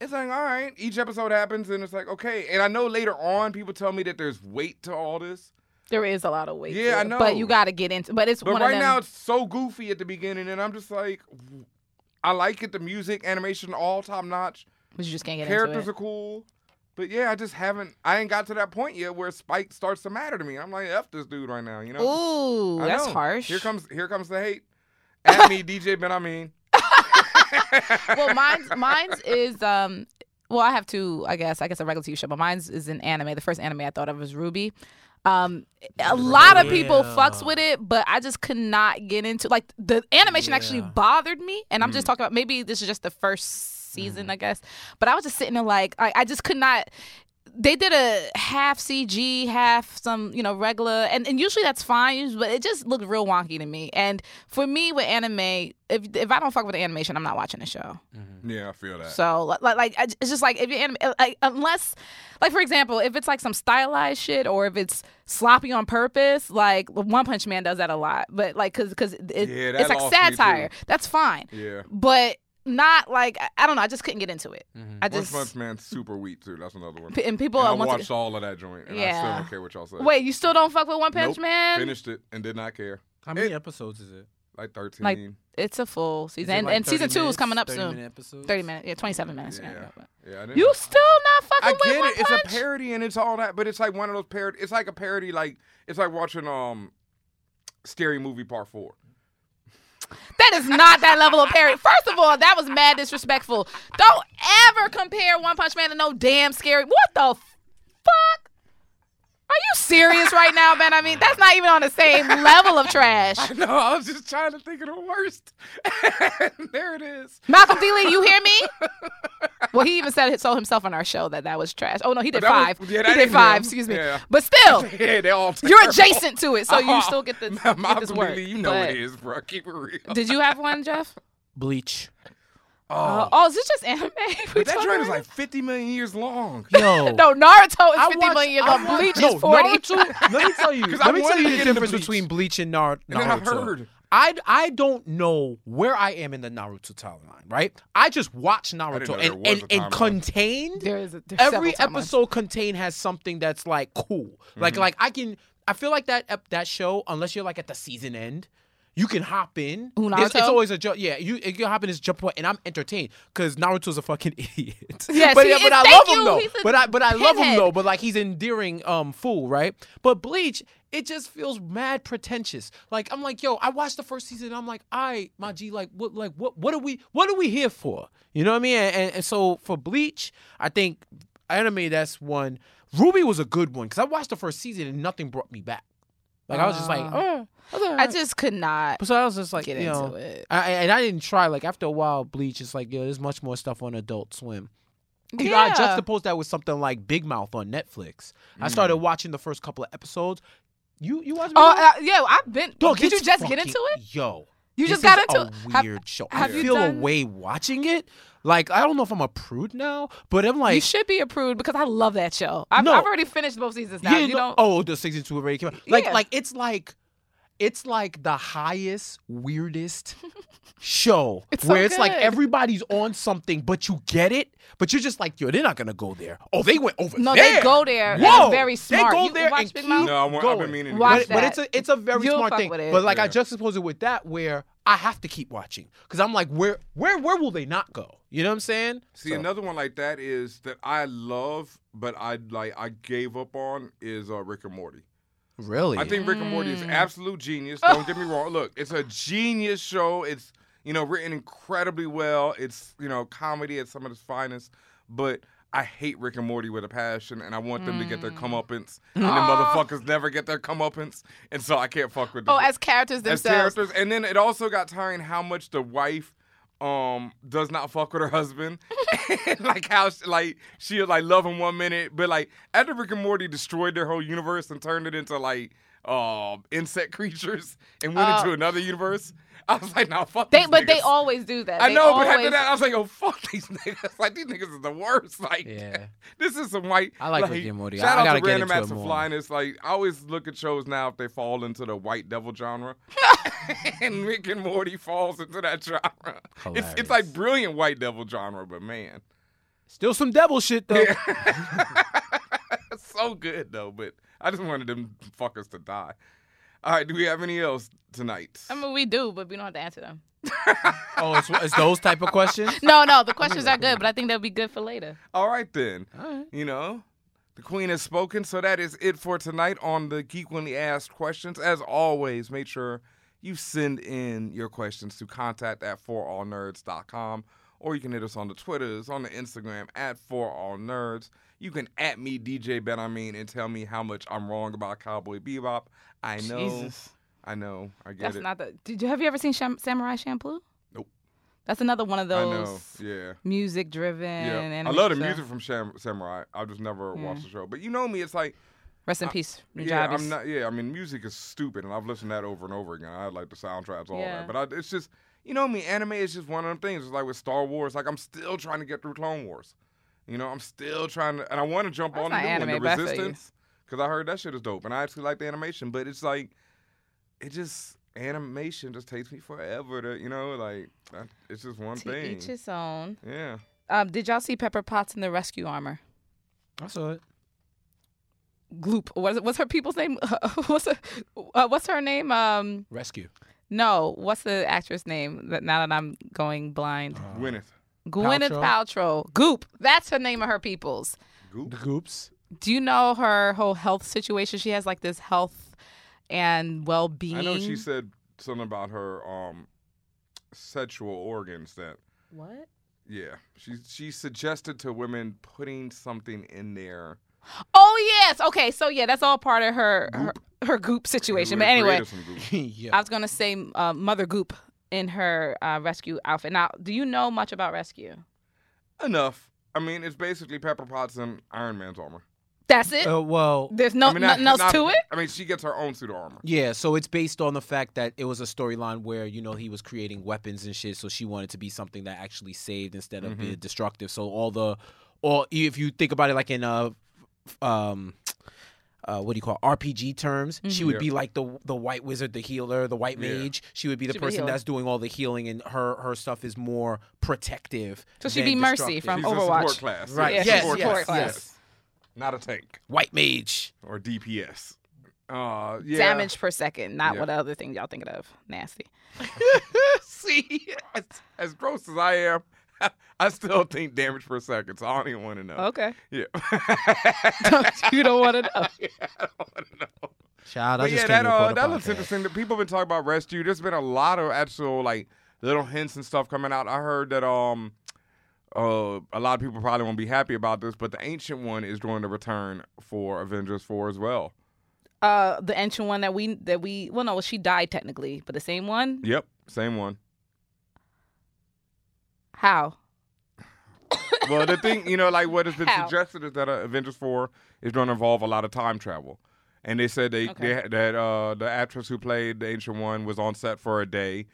It's like, all right, each episode happens and it's like, okay. And I know later on people tell me that there's weight to all this. there is a lot of weight. Yeah, to I it, know. But you got to get into But it's But one right of them. now it's so goofy at the beginning and I'm just like, I like it. The music, animation, all top notch. but you just can't get characters into are it. cool. But yeah, I just haven't. I ain't got to that point yet where Spike starts to matter to me. I'm like, f this dude right now. You know. Ooh, I that's know. harsh. Here comes here comes the hate. [LAUGHS] At me, DJ Ben. I mean, well, mine's mine's is um. Well, I have two. I guess I guess a regular TV show, but mine's is an anime. The first anime I thought of was Ruby. Um, a lot of people fucks with it, but I just could not get into like the animation actually Yeah. bothered me. And I'm just talking about maybe this is just the first season, I guess. But I was just sitting there like I, I just could not. They did a half CG, half some you know regular, and, and usually that's fine, but it just looked real wonky to me. And for me with anime, if if I don't fuck with the animation, I'm not watching the show. yeah, I feel that. So li- like, like I j- it's just like if you anim- uh, like unless like for example if it's like some stylized shit or if it's sloppy on purpose like One Punch Man does that a lot but like because because it, Yeah, that it's like lost me, too. satire that's fine yeah. but not like I, I don't know I just couldn't get into it Mm-hmm. I One just Punch Man's super weak too. That's another one. p- and people And I once watched all of that joint, and I still Yeah. don't care what y'all say. again- wait you still don't fuck with One Punch Nope. Man Finished it and did not care. How many It- episodes is it? Like thirteen. Like, it's a full Is season it and, like and season 30 two is minutes, coming up 30 soon Minute episodes? thirty minutes yeah twenty seven minutes yeah. yeah. yeah I didn't you still not I fucking with get One it. It's Punch a parody and it's all that, but it's like one of those parody. It's like a parody. Like it's like watching um, Scary Movie Part Four. That is not that level of parody. First of all, that was mad disrespectful. Don't ever compare One Punch Man to no damn scary. What the f- fuck? Are you serious right now, man? I mean, that's not even on the same level of trash. [LAUGHS] No, I was just trying to think of the worst. [LAUGHS] there it is. Malcolm D. Lee, you hear me? Well, he even said it so himself on our show that that was trash. Oh no, he did That was- five. yeah, that he ain't did five. him. Excuse me. Yeah. But [LAUGHS] still, Yeah, they all. you're terrible. [LAUGHS] adjacent to it, so you still get the Malcolm get this work. Lee, you know But- it is, bro. Keep it real. Did you have one, Jeff? Bleach. Uh, oh, is this just anime? [LAUGHS] But that joint is like 50 million years long. [LAUGHS] Yo. No, Naruto is I 50 watch- million years I old. watch- Bleach no, is 40. Naruto, let [LAUGHS] me tell you. 'Cause let I me wanted tell to you get the into difference Bleach. between Bleach [LAUGHS] and Nar- Naruto. And then I heard. I, I don't know where I am in the Naruto timeline, right? I just watch know Naruto there and, was and, a and timeline. contained [LAUGHS] There is a, every episode contained has something that's like cool. Like like I can I feel like that ep- that show unless you're like at the season end, you can hop in. Who, There's- It's, Naruto? always a jump. Yeah, you, you can hop in this jump point, and I'm entertained because Naruto's a fucking [LAUGHS] idiot. Yeah, but see, but it- I thank love you, him though. he's a But I but I love him pinhead. though. But like he's endearing um fool right. But Bleach. It just feels mad pretentious. Like I'm like, yo, I watched the first season. And I'm like, all right, my G, like, what, like, what, what are we, what are we here for? You know what I mean? And, and, and so for Bleach, I think anime that's one. Ruby was a good one because I watched the first season and nothing brought me back. Like I was just like, Mm. oh, Uh, I just could not so I was just like, get you into know, it. I, I- and I didn't try. Like after a while, Bleach is like, yo, there's much more stuff on Adult Swim. You know, I Yeah. juxtaposed that with something like Big Mouth on Netflix. I started watching the first couple of episodes. You you watched? Big Oh, Mouth? Mm. uh, yeah, I've been. Dog, did you it's just get fucking- into it? Yo, You just this got is into it? a Have- weird show. have I you feel done- a way watching it. Like I don't know if I'm a prude now, but I'm like, you should be approved because I love that show. I've, No. I've already finished both seasons now. Yeah, you no- don't. oh, the season two already came out. Like, Yeah. like it's like it's like the highest, [LAUGHS] weirdest show It's so where it's like good. everybody's on something, but you get it, but you're just like, yo, they're not gonna go there. Oh, they went over No, there. they go there. and Whoa, it's very they smart. go You there watch and Big keep Mouth? No, I'm, I've going. been meaning to Watch do but, but that. it's a it's a very You'll smart fuck thing. with it. But like I Yeah. juxtaposed it with that, where I have to keep watching because I'm like, where where where will they not go? You know what I'm saying? See, So- another one like that is that I love, but I like I gave up on is uh, Rick and Morty. really, I think Rick and Morty is absolute genius. Don't get me wrong. Look, it's a genius show. It's you know written incredibly well. It's you know comedy at some of its finest. But I hate Rick and Morty with a passion, and I want them to get their comeuppance, and the motherfuckers never get their comeuppance, and so I can't fuck with them Oh, as characters as themselves. characters. And then it also got tiring how much the wife um does not fuck with her husband [LAUGHS] like how she, like she'll like love him one minute but like after rick and morty destroyed their whole universe and turned it into like um insect [LAUGHS] creatures and went into another universe i was like nah, fuck Uh, They, these but they niggas. always do that. i They know but after always- that i was like oh fuck these [LAUGHS] niggas like these niggas is the worst like Yeah. this is some white. I like Rick and Morty. Shout I- I out gotta to get Random into it Acts of more. Flyness. Like I always look at shows now if they fall into the white devil [LAUGHS] genre, and Rick and Morty falls into that genre. It's it's like brilliant white devil genre, but man, still some devil shit though. that's so good though. But I just wanted them fuckers to die. All right, do we have any else tonight? I mean, we do, but we don't have to answer [LAUGHS] them. oh, it's, it's those type of questions. [LAUGHS] No, no, the questions are good, but I think they'll be good for later. All right then. Alright. You know, the queen has spoken, so that is it for tonight on the Geekly Asked Questions. As always, make sure you send in your questions to contact at forallnerds.com or you can hit us on the Twitters, on the Instagram at forallnerds. You can at me DJ Ben I mean and tell me how much I'm wrong about Cowboy Bebop. I know. Jesus. I know. I get That's it. not the. Did you have you ever seen Sham- Samurai Champloo? Nope. That's another one of I those know. Yeah. music driven. Yeah. I love the music from Sham- Samurai. I've just Hmm. never watched the show. But you know me, it's like Uh, Rest in peace, Yeah, Nujabes. I'm not. Yeah, I mean, music is stupid, and I've listened to that over and over again. I like the soundtracks, all Yeah. that. But I, it's just, you know, me anime is just one of them things. It's like with Star Wars, like I'm still trying to get through Clone Wars. You know, I'm still trying to, and I want to jump That's on the not new one, the anime, but I feel you. Resistance, because I heard that shit is dope, and I actually like the animation. But it's like, it just animation just takes me forever to, you know, like I, it's just one to thing. each his own. yeah. Um, did y'all see Pepper Potts in the rescue armor? I saw it. Gloop. What's, what's her people's name? [LAUGHS] what's her, uh, what's her name? Um, Rescue. no, what's the actress name? That now that I'm going blind, Gwyneth. Gwyneth Paltrow. Goop. That's her name of her people's. The Goops. Do you know her whole health situation? She has like this health and well being. I know she said something about her um sexual organs that what? Yeah, she she suggested to women putting something in there. Oh yes. Okay. So yeah, that's all part of her her, her goop situation. But It would've anyway, created some goop. yeah. I was gonna say uh, Mother Goop in her uh, rescue outfit. Now, do you know much about rescue? enough. I mean, it's basically Pepper Potts and Iron Man's armor. That's it. Uh, well, There's no Oh, I mean, not- nothing else not- to it. I mean, she gets her own suit of armor. Yeah, so it's based on the fact that it was a storyline where you know he was creating weapons and shit, so she wanted to be something that actually saved instead of being destructive. So all the, or if you think about it, like in uh, f- um, uh, what do you call it? RPG terms? Mm-hmm. She would be like the the white wizard, the healer, the white Yeah. mage. She would be the She'd be person healing. that's doing all the healing, and her her stuff is more protective. So she'd than be Mercy destructive. from She's Overwatch. a support class. Right. Yes, Yes, support yes, class. yes. Not a tank white mage. or DPS. Uh, yeah. Damage per second, not Yeah. what other thing y'all thinking of. Nasty. [LAUGHS] See, as, as gross as I am, [LAUGHS] I still think damage per second. So I don't even want to know. Okay. Yeah. [LAUGHS] [LAUGHS] you don't want to know. I don't want to know. Child, I But just yeah, that came to record uh, a that looks podcast. interesting. The People have been talking about rescue. There's been a lot of actual like little hints and stuff coming out. I heard that um, uh, a lot of people probably won't be happy about this, but the ancient one is going to return for Avengers Four as well. Uh, the ancient one that we that we well no, she died technically, but the same one. Yep, same one. How? Well, the thing you know, like what has been How? suggested is that uh, Avengers Four is going to involve a lot of time travel. And they said they, Okay. they that uh, the actress who played the ancient one was on set for a day.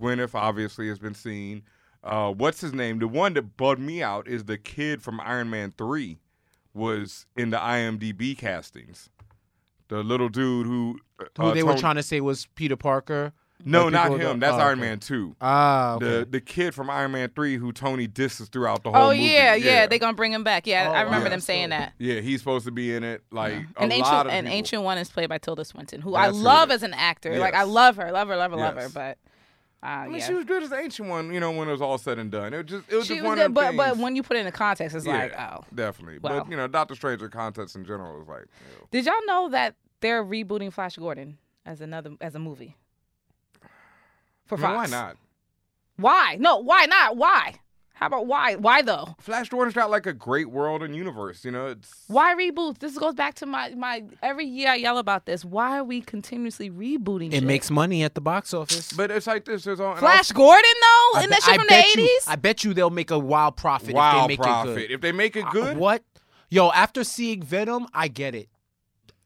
Gwyneth obviously has been seen. Uh, what's his name? The one that bugged me out is the kid from Iron Man Three was in the IMDb castings. The little dude who who uh, they were Tony- trying to say was Peter Parker. No, Like, not people him. go- That's oh, Iron okay. Man two. Ah, The okay. the kid from Iron Man three who Tony disses throughout the whole Oh movie. yeah, yeah, They gonna bring him back. Yeah, Oh, I remember wow. them saying that. Yeah, he's supposed to be in it. Like a An lot ancient, of an people. ancient one is played by Tilda Swinton, who I That's who it love is. as an actor. Like I Yes. love her, love her, love her, love her. Yes. But uh, I mean, yeah, she was good as the ancient one. You know, when it was all said and done, it was just it was She just was one good, of but them but things. when you put it in the context, it's yeah, like oh. definitely. Wow. But you know, Doctor Strange in context in general is like. ew. Did y'all know that they're rebooting Flash Gordon as another as a movie? For I mean, why Fox. not? Why? No, why not? Why? How about why? Why though? Flash Gordon's got like a great world and universe. You know, it's Why reboot? This goes back to my my every year I yell about this. Why are we continuously rebooting? it shit? makes money at the box office. But it's like this. There's all and Flash Gordon though, I and bet- that shit I from bet the you- eighties. I bet you they'll make a wild profit if Wow, they make profit. it good. If they make it I- good, what? Yo, after seeing Venom, I get it.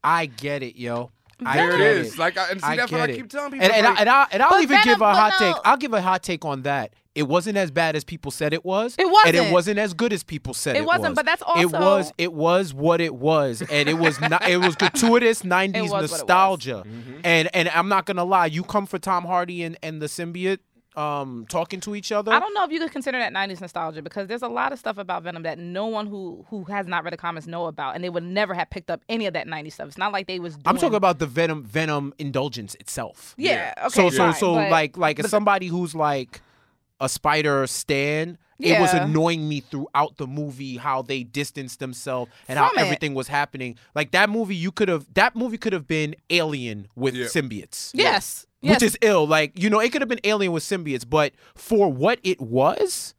I get it, yo. I there it get is. Like, I, and see, I that's what get I it. keep telling people. and and, I, like, and, I, and I'll But even Venom- give a but hot no. take. I'll give a hot take on that. It wasn't as bad as people said it was. It And wasn't. it wasn't as good as people said It it, wasn't, was. but that's It also- was. It was what it was, and it was not. It was gratuitous [LAUGHS] It was '90s what it was. nostalgia. And and I'm not gonna lie, you come for Tom Hardy and and the symbiote um talking to each other. I don't know if you could consider that '90s nostalgia because there's a lot of stuff about Venom that no one who who has not read the comics know about, and they would never have picked up any of that '90s stuff. It's not like they was. Doing, I'm talking about the Venom Venom indulgence itself. Yeah. Okay. so so fine, so but- like like as somebody who's like a spider stan it was Yeah. annoying me throughout the movie how they distanced themselves and From it. how everything was happening like that movie you could have that movie could have been alien with Yeah. symbiotes Yes. which yes. is ill like you know it could have been alien with symbiotes but for what it was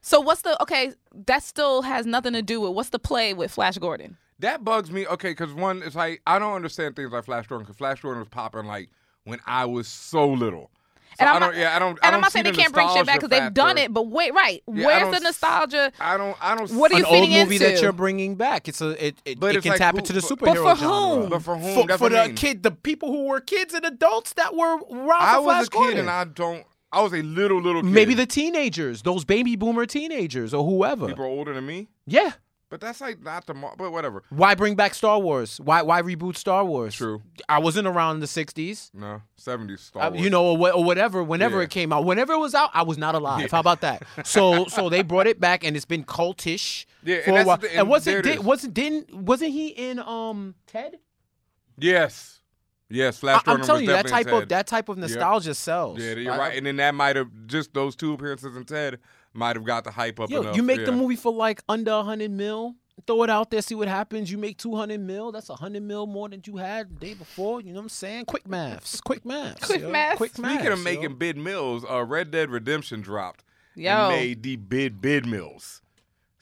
So what's the okay? That still has nothing to do with what's the play with Flash Gordon. that bugs me. Okay, because one, it's like I don't understand things like Flash Gordon because Flash Gordon was popping like when I was so little. So And I'm I don't. not- yeah, I don't. I And don't I'm not see saying they the can't bring shit back nostalgia because they've done factor. it, but wait, right? Yeah, I Where's don't the s- nostalgia? I don't. I don't. What do see- you an old fitting movie that into? you're bringing back it's a it, it, But it it's can like tap who- into the but- superhero But for genre. whom? But for whom? for, That's for what I the mean. kid the people who were kids and adults that were around I for was Flash a kid Gordon. and I don't. I was a little little kid. Maybe the teenagers, those baby boomer teenagers or whoever. people are older than me. Yeah. But that's like not the. mar- But whatever. Why bring back Star Wars? Why why reboot Star Wars? True. I wasn't around in the 60s. No, seventies Star uh, Wars. You know, or, wha- or whatever, whenever Yeah. it came out, whenever it was out, I was not [LAUGHS] alive. How about that? So, so they brought it back, and it's been cultish Yeah, and for that's a while. the- and and there it wasn't is. did, wasn't didn't wasn't he in um Ted? Yes. Yes, Flash I, am Gordon telling was you, that definitely type in of Ted. that type of nostalgia sells. Yeah, you're I- right. And then that might have just those two appearances in Ted might have got the hype up Yo, enough. you make yeah. the movie for like under 100 mil. Throw it out there, see what happens. You make 200 mil. That's 100 mil more than you had the day before. You know what I'm saying? Quick maths. Quick maths. Quick yo. maths. Quick maths. Speaking of yo. making bid mills, uh, Red Dead Redemption dropped. and Yo. made the bid bid mills.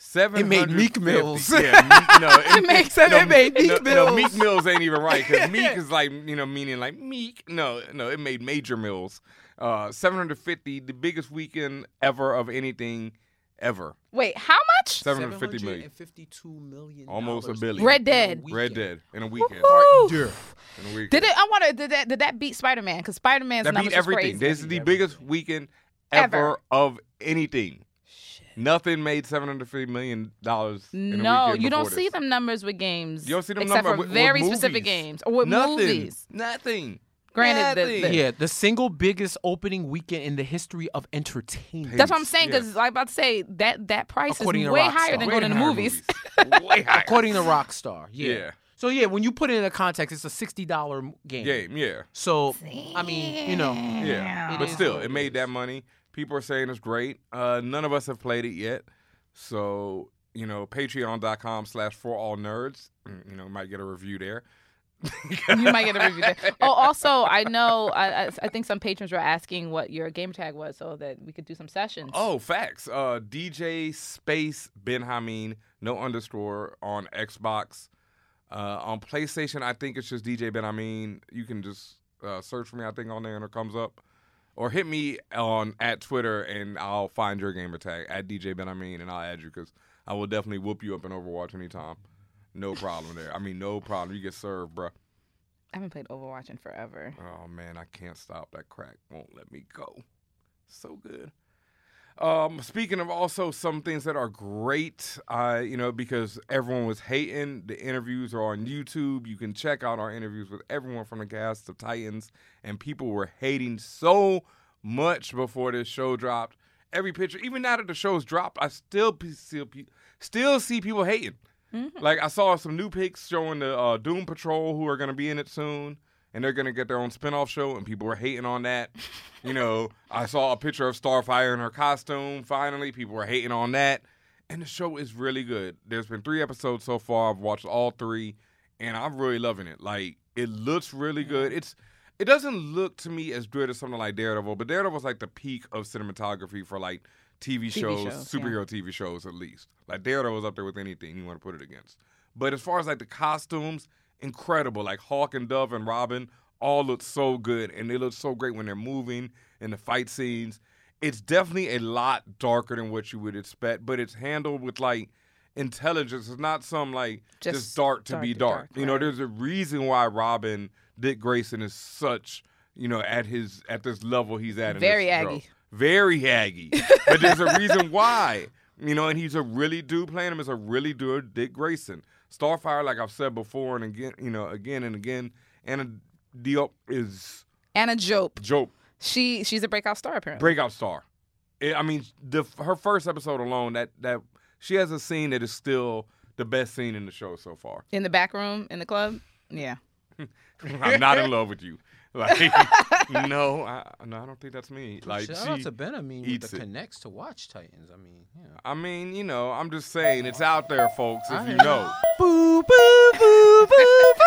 Seven. made Meek Mills. [LAUGHS] Yeah, Meek, no, it, made- it made Meek no, No, Mills. Meek Mills ain't even right [LAUGHS] because Meek is like you know meaning like Meek. No, no, it made Major Mills. Uh, Seven hundred fifty, the biggest weekend ever of anything ever. Wait, how much? Seven hundred fifty million. 752 million. Almost a dollars billion. in Red Dead. weekend. Red Dead in a weekend. Woo! Yeah. In a weekend. Did it? I wonder. Did that? Did that beat Spider Man? Because Spider Man's that numbers beat was crazy. everything. This is the biggest weekend ever, Ever. of anything. Nothing made seven hundred fifty million dollars. No, you don't see them numbers with games. You don't see them except number for with- with very specific movies. games or with Nothing. movies. Nothing. Granted, the- Nothing. the- Yeah, the single biggest opening weekend in the history of entertainment. That's what I'm saying. Yeah. Because like I'm about to say that that price According is to way Rockstar. higher than Way going to the higher movies. movies. Way higher. [LAUGHS] According to Rockstar. Yeah. Yeah. So, yeah, when you put it in a context, it's a $60 game. Game, yeah, So, I mean, you know. yeah. It But is still, what it it made that is. money. People are saying it's great. Uh, none of us have played it yet, so you know, Patreon.com/slash For All Nerds. Mm, You know, might get a review there. you might get a [LAUGHS] review there. Oh, also, I know. I, I, I think some patrons were asking what your game tag was, so that we could do some sessions. Oh, facts. Uh, DJ Space Benjamin, no underscore on Xbox. Uh, on PlayStation, I think it's just DJ Benjamin. You can just uh, search for me, I think, on there and it comes up. Or hit me on at Twitter and I'll find your gamer tag at DJ Benjamin and I'll add you because I will definitely whoop you up in Overwatch anytime. No problem there. I mean, no problem. You get served, bruh. I haven't played Overwatch in forever. Oh man, I can't stop that crack. Won't let me go. So good. Um, speaking of also some things that are great, uh, you know, because everyone was hating, the interviews are on YouTube. You can check out our interviews with everyone from the cast of Titans, and people were hating so much before this show dropped. Every picture, even now that the show's dropped, I still p- still, pe- still see people hating. [LAUGHS] Like I saw some new pics showing the uh, Doom Patrol who are going to be in it soon, and they're going to get their own spinoff show, and people were hating on that. you know, I saw a picture of Starfire in her costume. Finally, people were hating on that, and the show is really good. There's been three episodes so far. I've watched all three, and I'm really loving it. Like it looks really good. It's it doesn't look to me as good as something like Daredevil, but Daredevil's like the peak of cinematography for like TV shows, shows, yeah. superhero superhero TV shows at least. Like Daredevil's up there with anything you want to put it against. But as far as like the costumes, incredible. Like Hawk and Dove and Robin all look so good, and they look so great when they're moving in the fight scenes. It's definitely a lot darker than what you would expect, but it's handled with like intelligence. It's not some like just, Just dark to be dark, dark. dark, you know, right. there's a reason why Robin Dick Grayson is such you know at his at this level he's at. in this Very show. Aggie. Very Aggie. but there's a reason why. You know, and he's a really dude playing him is a really dude Dick Grayson. Starfire, like I've said before and again, you know, again and again, Anna Diop is Anna Jope. Jope, She she's a breakout star apparently. breakout star. I I mean, the her first episode alone, that that she has a scene that is still the best scene in the show so far. in the back room in the club. Yeah. [LAUGHS] I'm not in love with you. [LAUGHS] Like, no, I, no, I don't think that's me. Like, Shout she, out to Ben. I mean, with eats the it. connects to watch Titans. I mean, yeah. I mean, you know, I'm just saying it's out there, folks. If I you hear know. Boo, boo, boo, boo,